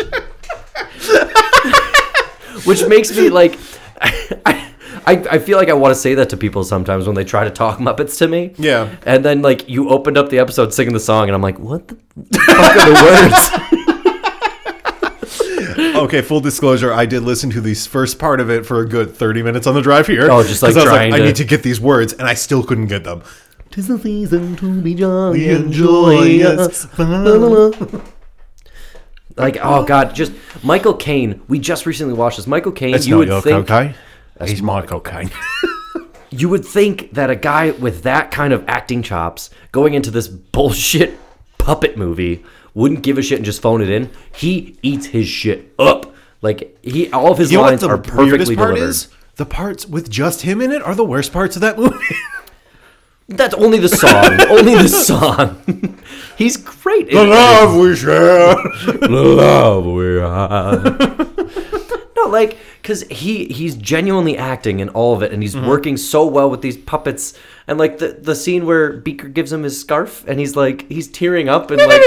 Speaker 3: Which makes me like, I, I, I feel like I want to say that to people sometimes when they try to talk Muppets to me.
Speaker 4: Yeah.
Speaker 3: And then like you opened up the episode singing the song, and I'm like, what the fuck are the words?
Speaker 4: okay, full disclosure, I did listen to the first part of it for a good 30 minutes on the drive here.
Speaker 3: Oh, just, like,
Speaker 4: 'Cause I was
Speaker 3: trying
Speaker 4: I
Speaker 3: to-
Speaker 4: need to get these words, and I still couldn't get them.
Speaker 3: Tis the season to be jolly and
Speaker 1: Enjoy
Speaker 3: joyous.
Speaker 1: us.
Speaker 3: Like oh god, just Michael Caine. We just recently watched this. Michael Caine.
Speaker 4: It's
Speaker 3: you
Speaker 4: not
Speaker 3: would
Speaker 4: Yoko
Speaker 3: think
Speaker 4: Kai. He's my cocaine.
Speaker 3: You would think that a guy with that kind of acting chops going into this bullshit puppet movie wouldn't give a shit and just phone it in. He eats his shit up. Like he, all of his
Speaker 4: You know what
Speaker 3: lines
Speaker 4: the
Speaker 3: are
Speaker 4: weirdest
Speaker 3: perfectly
Speaker 4: part
Speaker 3: delivered.
Speaker 4: is? The parts with just him in it are the worst parts of that movie.
Speaker 3: That's only the song. only the song. He's great. in
Speaker 1: The
Speaker 3: it.
Speaker 1: love we share.
Speaker 3: love we no, like, cause he he's genuinely acting in all of it, and he's
Speaker 4: Mm-hmm.
Speaker 3: working so well with these puppets. And like the the scene where Beaker gives him his scarf, and he's like he's tearing up and like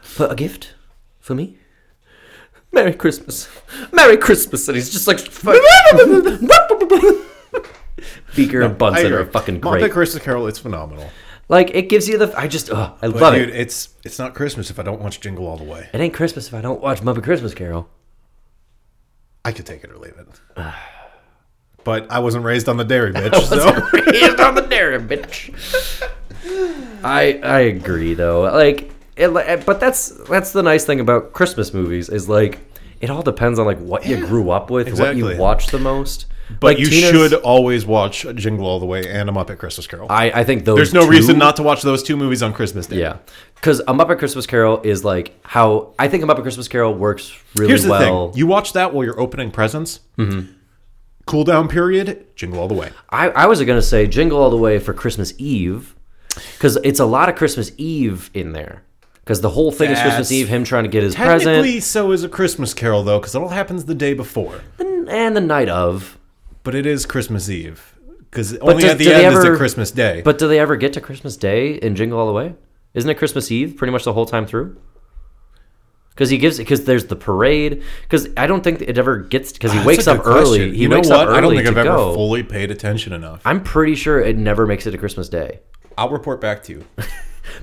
Speaker 3: for a gift for me. Merry Christmas, Merry Christmas, and he's just like Beaker and Bunsen are fucking
Speaker 4: Muppet
Speaker 3: great.
Speaker 4: Christmas Carol, it's phenomenal.
Speaker 3: Like it gives you the I just ugh, I love
Speaker 4: dude,
Speaker 3: it.
Speaker 4: it's it's not Christmas if I don't watch Jingle All the Way.
Speaker 3: It ain't Christmas if I don't watch Muppet Christmas Carol.
Speaker 4: I could take it or leave it. But I wasn't raised on the dairy, bitch. so
Speaker 3: He's on the dairy, bitch. I I agree though. Like, it, li- eh, but that's that's the nice thing about Christmas movies is like it all depends on like what you grew up with, what
Speaker 4: exactly.
Speaker 3: you watch the most.
Speaker 4: But
Speaker 3: Like,
Speaker 4: you
Speaker 3: Tina's-
Speaker 4: should always watch Jingle All the Way and A Muppet Christmas Carol.
Speaker 3: I I think those.
Speaker 4: There's no
Speaker 3: two-
Speaker 4: reason not to watch those two movies on Christmas Day.
Speaker 3: Yeah, because A Muppet Christmas Carol is like how I think A Muppet Christmas Carol works really
Speaker 4: Here's the
Speaker 3: well.
Speaker 4: thing: you watch that while you're opening presents. Mm-hmm. Cool down period. Jingle all the way.
Speaker 3: I, I was gonna say Jingle All the Way for Christmas Eve, because it's a lot of Christmas Eve in there. Because the whole thing is Christmas
Speaker 4: That's-
Speaker 3: Eve, him trying to get his
Speaker 4: Technically,
Speaker 3: present,
Speaker 4: so is a Christmas Carol though, because it all happens the day before.
Speaker 3: and the night of.
Speaker 4: But it is Christmas Eve because only
Speaker 3: does-
Speaker 4: at the
Speaker 3: do they
Speaker 4: end is
Speaker 3: ever-
Speaker 4: the Christmas Day.
Speaker 3: But do they ever get to Christmas Day in Jingle All the Way? Isn't it Christmas Eve pretty much the whole time through? Because he gives because there's the parade. Because I don't think it ever gets because he
Speaker 4: That's
Speaker 3: wakes
Speaker 4: a
Speaker 3: up
Speaker 4: good
Speaker 3: early.
Speaker 4: question.
Speaker 3: He
Speaker 4: you
Speaker 3: wakes
Speaker 4: know
Speaker 3: up
Speaker 4: what?
Speaker 3: early
Speaker 4: I don't think
Speaker 3: to
Speaker 4: I've ever
Speaker 3: go.
Speaker 4: fully paid attention enough.
Speaker 3: I'm pretty sure it never makes it to Christmas Day.
Speaker 4: I'll report back to you.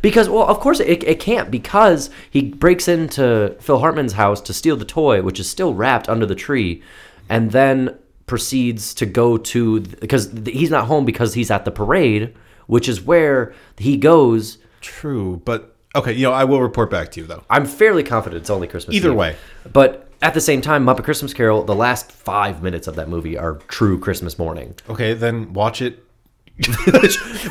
Speaker 3: Because, well, of course it, it can't because he breaks into Phil Hartman's house to steal the toy, which is still wrapped under the tree, and then proceeds to go to because he's not home because he's at the parade, which is where he goes.
Speaker 4: True, but okay. You know, I will report back to you though.
Speaker 3: I'm fairly confident it's only Christmas.
Speaker 4: Either
Speaker 3: Eve.
Speaker 4: way.
Speaker 3: but at the same time, Muppet Christmas Carol, the last five minutes of that movie are true Christmas morning.
Speaker 4: Okay, then watch it.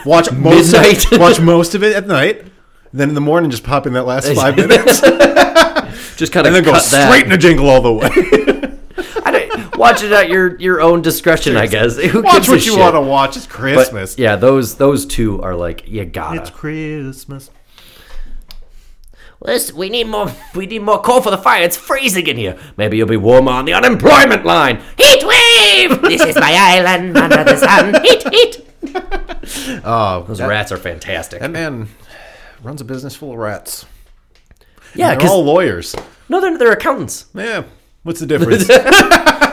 Speaker 4: watch most
Speaker 3: Midnight.
Speaker 4: watch most of it at night. Then in the morning, just pop in that last five minutes,
Speaker 3: Just kind of
Speaker 4: and then
Speaker 3: cut
Speaker 4: go
Speaker 3: that.
Speaker 4: straight into Jingle all the way.
Speaker 3: I don't- watch it at your your own discretion, I guess. Who
Speaker 4: watch
Speaker 3: gives a
Speaker 4: what you
Speaker 3: shit?
Speaker 4: want to watch. It's
Speaker 3: But,
Speaker 4: Christmas.
Speaker 3: yeah, those those two are like you gotta.
Speaker 1: Christmas.
Speaker 3: Listen, we need more. We need more coal for the fire. It's freezing in here. Maybe you'll be warmer on the unemployment line.
Speaker 2: Heat wave! This is my island under the sun. Heat, heat.
Speaker 3: Those rats are fantastic.
Speaker 4: That man runs a business full of rats.
Speaker 3: yeah,
Speaker 4: They're
Speaker 3: because
Speaker 4: all lawyers.
Speaker 3: no, they're, they're accountants.
Speaker 4: Yeah. What's the difference?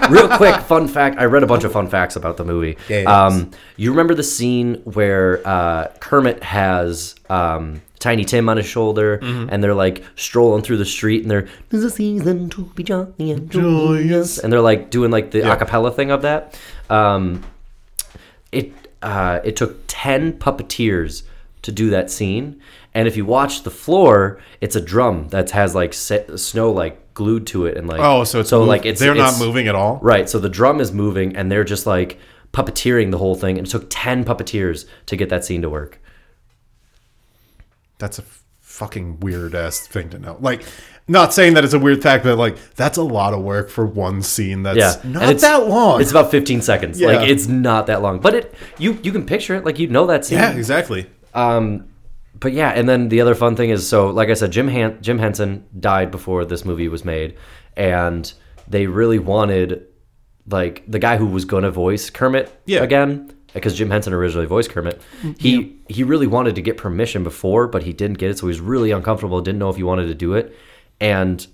Speaker 3: Real quick, fun fact. I read a bunch of fun facts about the movie.
Speaker 4: Yeah, yeah.
Speaker 3: um, you remember the scene where uh, Kermit has um, Tiny Tim on his shoulder,
Speaker 4: Mm-hmm.
Speaker 3: and they're like strolling through the street, and they're "There's a season to be jolly and joyous," and they're like doing like the a acapella thing of that. Um, it uh, it took ten puppeteers to do that scene, and if you watch the floor, it's a drum that has like se- snow like glued to it, and like
Speaker 4: oh, so it's
Speaker 3: so
Speaker 4: mov-
Speaker 3: like it's
Speaker 4: they're
Speaker 3: it's-
Speaker 4: not moving at all.
Speaker 3: Right. So the drum is moving, and they're just like puppeteering the whole thing. And it took ten puppeteers to get that scene to work.
Speaker 4: That's a f- fucking weird ass thing to know. Like, not saying that it's a weird fact, but like that's a lot of work for one scene. That's
Speaker 3: Yeah, and
Speaker 4: not
Speaker 3: it's-
Speaker 4: that long.
Speaker 3: It's about fifteen seconds.
Speaker 4: Yeah.
Speaker 3: Like it's not that long, but it you you can picture it. Like you know that scene.
Speaker 4: yeah, exactly.
Speaker 3: But yeah, and then the other fun thing is so like I said, Jim Han- Jim Henson died before this movie was made, and they really wanted like the guy who was gonna voice Kermit
Speaker 4: Yeah.
Speaker 3: again because Jim Henson originally voiced Kermit. He he really wanted to get permission before, but he didn't get it, so he was really uncomfortable. Didn't know if he wanted to do it, and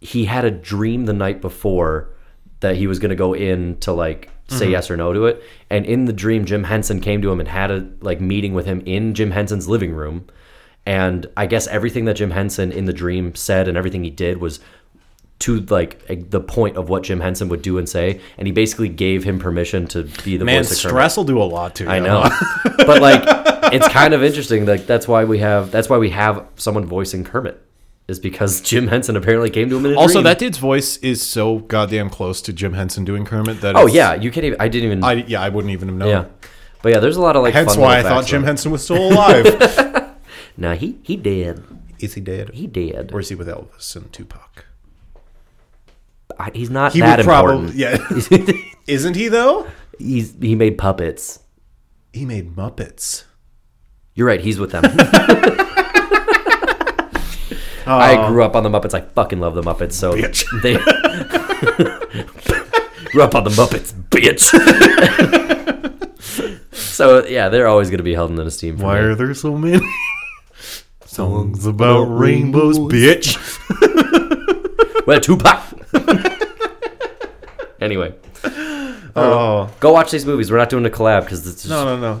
Speaker 3: he had a dream the night before that he was going to go in to like
Speaker 4: Mm-hmm.
Speaker 3: say yes or no to it and in the dream jim henson came to him and had a like meeting with him in jim henson's living room and i guess everything that jim henson in the dream said and everything he did was to like a- the point of what jim henson would do and say and he basically gave him permission to be the
Speaker 4: Man,
Speaker 3: voice of Kermit.
Speaker 4: stress will do a lot to you.
Speaker 3: I know, but like, it's kind of interesting. Like that's why we have that's why we have someone voicing Kermit is because Jim Henson apparently came to him in a
Speaker 4: Also,
Speaker 3: dream.
Speaker 4: that dude's voice is so goddamn close to Jim Henson doing Kermit that
Speaker 3: Oh
Speaker 4: it's-
Speaker 3: yeah, you can't even. I didn't even.
Speaker 4: I, yeah, I wouldn't even have known.
Speaker 3: yeah, but yeah, there's a lot of like.
Speaker 4: Hence
Speaker 3: fun
Speaker 4: why I
Speaker 3: little
Speaker 4: thought
Speaker 3: facts
Speaker 4: Jim
Speaker 3: about
Speaker 4: Henson was still alive.
Speaker 3: it. No, he he did.
Speaker 4: is he dead?
Speaker 3: He did.
Speaker 4: Or is he with Elvis and Tupac?
Speaker 3: I- he's not
Speaker 4: He
Speaker 3: that
Speaker 4: would
Speaker 3: important.
Speaker 4: probably. Yeah. Isn't he though?
Speaker 3: he's he made puppets.
Speaker 4: He made Muppets.
Speaker 3: You're right. He's with them. I grew up on the Muppets. I fucking love the Muppets. So
Speaker 4: Bitch.
Speaker 3: they grew up on the Muppets, bitch. so yeah, they're always going to be held in esteem. For
Speaker 1: Why
Speaker 3: me.
Speaker 1: are there so many songs about rainbows, bitch?
Speaker 3: Well, Tupac. anyway,
Speaker 4: Oh
Speaker 3: go watch these movies. We're not doing a collab because it's just,
Speaker 4: no no no!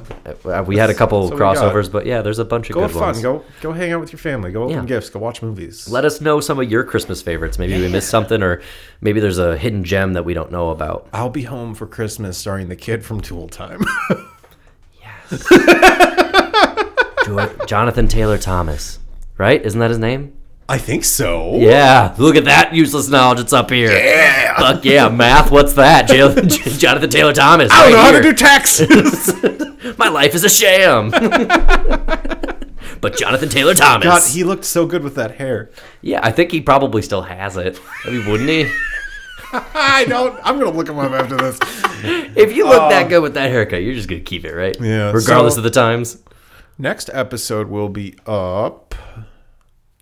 Speaker 3: uh, we had a couple
Speaker 4: So we got-
Speaker 3: crossovers, but yeah, there's a bunch of
Speaker 4: Go
Speaker 3: good
Speaker 4: have fun.
Speaker 3: ones.
Speaker 4: Go go hang out with your family. Go open
Speaker 3: Yeah.
Speaker 4: gifts. Go watch movies.
Speaker 3: Let us know some of your Christmas favorites. Maybe we missed something, or maybe there's a hidden gem that we don't know about.
Speaker 4: I'll be home for Christmas, starring the kid from Tool Time.
Speaker 3: Jo- Jonathan Taylor Thomas, right? Isn't that his name?
Speaker 4: I think so.
Speaker 3: Yeah. Look at that useless knowledge. It's up here. Yeah. Fuck yeah, math. What's that? Jo- Jonathan Taylor Thomas.
Speaker 4: I don't know
Speaker 3: right
Speaker 4: how
Speaker 3: here.
Speaker 4: to do taxes.
Speaker 3: My life is a sham. but Jonathan Taylor Thomas.
Speaker 4: God, he looked so good with that hair.
Speaker 3: yeah, I think he probably still has it. I mean, wouldn't he?
Speaker 4: I don't. I'm gonna look him up after this.
Speaker 3: If you look that good with that haircut, you're just gonna keep it, right?
Speaker 4: Yeah,
Speaker 3: Regardless
Speaker 4: so-
Speaker 3: of the times.
Speaker 4: Next episode will be up.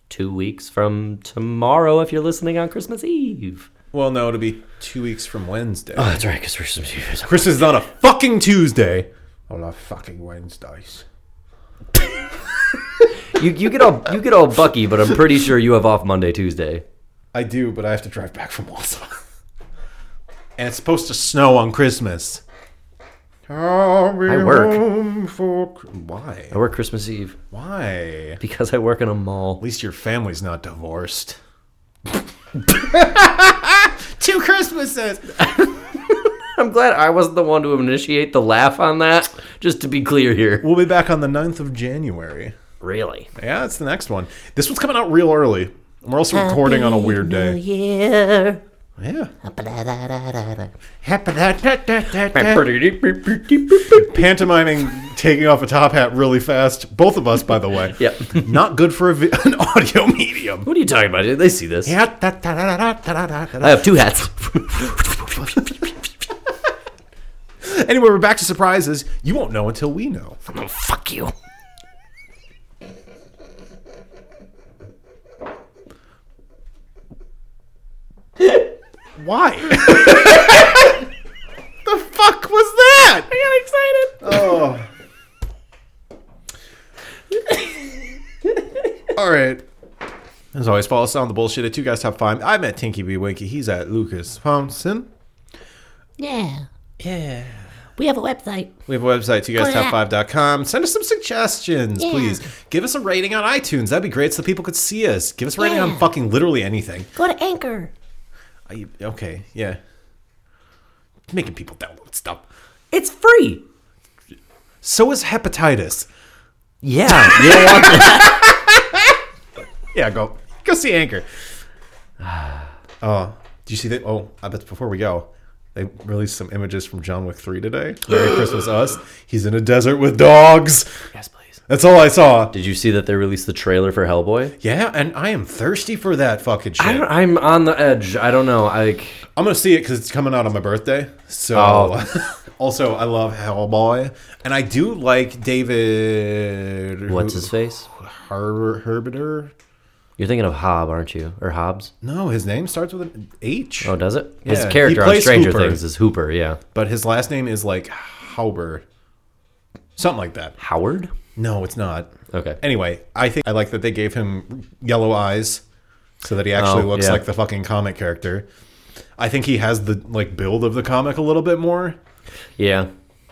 Speaker 3: Two weeks from tomorrow, if you're listening on Christmas Eve.
Speaker 4: Well, no, it'll be two weeks from Wednesday.
Speaker 3: Oh, that's right, because Christmas Eve is.
Speaker 4: Christmas is on a fucking Tuesday. On a fucking Wednesdays.
Speaker 3: You, you get all you get all Bucky, but I'm pretty sure you have off Monday, Tuesday.
Speaker 4: I do, but I have to drive back from Wausau. and it's supposed to snow on Christmas. I'll be
Speaker 3: I work.
Speaker 4: home for Chr- Why?
Speaker 3: I work Christmas Eve
Speaker 4: Why? At
Speaker 3: because I work in a mall.
Speaker 4: least your family's not divorced. Two Christmases.
Speaker 3: I'm glad I wasn't the one to initiate the laugh on that. Just to be clear here,
Speaker 4: We'll be back on the 9th of January.
Speaker 3: really.
Speaker 4: Yeah, that's the next one. This one's coming out real early. We're also recording on a weird day.
Speaker 2: Yeah.
Speaker 4: Yeah.
Speaker 3: yep.
Speaker 4: Pantomiming taking off a top hat really fast. Both of us, by the way. Not good for a vi- an audio medium.
Speaker 3: What are you talking about? They see this. I
Speaker 4: anyway,
Speaker 3: have two hats.
Speaker 4: we're back to surprises. You won't know until we know.
Speaker 2: Fuck you.
Speaker 4: Why? the fuck was that? I got excited. Oh. All right. As always, follow us on the bullshit at Two Guys Top Five. I'm at Tinky B Winky. He's at Lucas Thompson.
Speaker 2: Yeah. Yeah. We have a website.
Speaker 4: We have a website, twoguystop5.com. Send us some suggestions,
Speaker 2: Yeah.
Speaker 4: please. Give us a rating on iTunes. That'd be great so people could see us. Give us a rating on
Speaker 2: Yeah.
Speaker 4: fucking literally anything.
Speaker 2: Go to Anchor.
Speaker 4: I, okay, yeah. Making people download stuff.
Speaker 3: It's free.
Speaker 4: So is hepatitis.
Speaker 3: Yeah. You don't want that.
Speaker 4: Yeah, go go see Anchor. Oh, do you see that? Oh, I bet before we go, they released some images from John Wick Three today. Merry Christmas, us. He's in a desert with dogs.
Speaker 3: yes, please.
Speaker 4: That's all I saw.
Speaker 3: Did you see that they released the trailer for Hellboy?
Speaker 4: Yeah, and I am thirsty for that fucking shit.
Speaker 3: I don't, I'm on the edge. I don't know. Like,
Speaker 4: I'm gonna see it because it's coming out on my birthday. So,
Speaker 3: Oh.
Speaker 4: also I love Hellboy, and I do like David.
Speaker 3: what's his face?
Speaker 4: Har- Herbiter?
Speaker 3: You're thinking of Hobb, aren't you? Or Hobbs?
Speaker 4: No, his name starts with an H,
Speaker 3: Oh, does it? His
Speaker 4: Yeah, he
Speaker 3: character on
Speaker 4: plays
Speaker 3: Stranger
Speaker 4: Hooper.
Speaker 3: Things is Hooper. Yeah.
Speaker 4: but his last name is like Hauber, something like that.
Speaker 3: Howard.
Speaker 4: No, it's not.
Speaker 3: Okay.
Speaker 4: Anyway, I think I like that they gave him yellow eyes so that he actually
Speaker 3: Oh,
Speaker 4: looks
Speaker 3: yeah.
Speaker 4: like the fucking comic character. I think he has the like build of the comic a little bit more.
Speaker 3: yeah.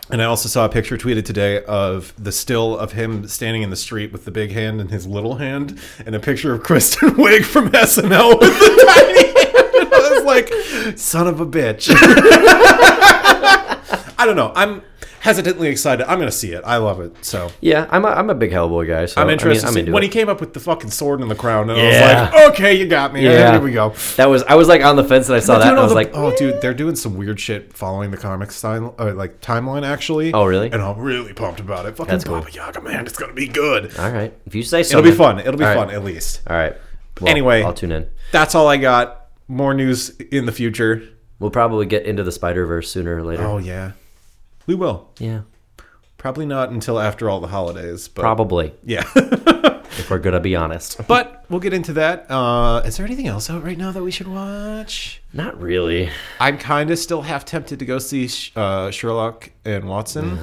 Speaker 4: And I also saw a picture tweeted today of the still of him standing in the street with the big hand and his little hand, and a picture of Kristen Wiig from SNL with the tiny hand. And I was like, son of a bitch. I don't know. I'm hesitantly excited. I'm gonna see it. I love it. So
Speaker 3: Yeah, I'm a, I'm a big Hellboy guy, so
Speaker 4: I'm
Speaker 3: I mean,
Speaker 4: interested. to
Speaker 3: I'm
Speaker 4: see-
Speaker 3: into
Speaker 4: when
Speaker 3: it.
Speaker 4: he came up with the fucking sword and the crown, and I
Speaker 3: Yeah.
Speaker 4: was like, okay, you got me.
Speaker 3: Yeah.
Speaker 4: Here we go.
Speaker 3: That was I was like on the fence and I saw that
Speaker 4: Dude,
Speaker 3: and
Speaker 4: all
Speaker 3: I was
Speaker 4: the-
Speaker 3: like,
Speaker 4: oh, dude, they're doing some weird shit following the comic style, uh, like timeline, actually.
Speaker 3: Oh, really?
Speaker 4: And I'm really pumped about it. Fucking
Speaker 3: That's cool.
Speaker 4: Baba Yaga, man, it's gonna be good.
Speaker 3: all right, if you say so,
Speaker 4: It'll be fun. It'll be
Speaker 3: All
Speaker 4: fun,
Speaker 3: right.
Speaker 4: at least.
Speaker 3: All right. Well,
Speaker 4: Anyway.
Speaker 3: I'll tune in.
Speaker 4: That's all I got. More news in the future.
Speaker 3: We'll probably get into the Spider Verse sooner or later.
Speaker 4: Oh yeah, we will.
Speaker 3: Yeah,
Speaker 4: Probably not until after all the holidays, but
Speaker 3: probably.
Speaker 4: yeah.
Speaker 3: If we're gonna be honest,
Speaker 4: but we'll get into that. Uh, is there anything else out right now that we should watch?
Speaker 3: not really.
Speaker 4: I'm kind of still half tempted to go see Sh- uh, Sherlock and Watson.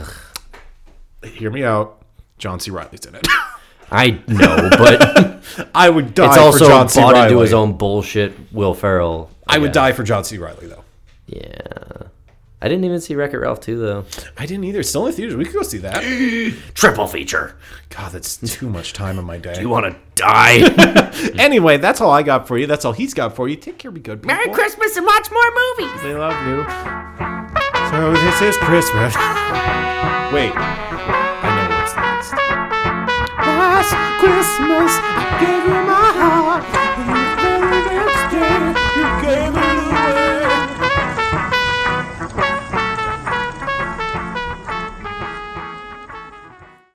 Speaker 4: Hear me out. John C. Riley's in it.
Speaker 3: I know, but
Speaker 4: I would die
Speaker 3: it's
Speaker 4: for
Speaker 3: also
Speaker 4: John
Speaker 3: bought
Speaker 4: C.
Speaker 3: into
Speaker 4: Riley.
Speaker 3: his own bullshit. Will Ferrell.
Speaker 4: I would
Speaker 3: guess.
Speaker 4: die for John C. Riley though.
Speaker 3: Yeah, I didn't even see Wreck It Ralph too though.
Speaker 4: I didn't either. It's still in the theaters. We could go see that.
Speaker 2: Triple feature.
Speaker 4: God, that's too much time in my day.
Speaker 2: You want to die?
Speaker 4: Anyway, that's all I got for you. That's all he's got for you. Take care. Be good. People.
Speaker 2: Merry Christmas and watch more movies.
Speaker 4: They love you. So this is Christmas. Wait. I know what's next. Last Christmas, I gave you my heart.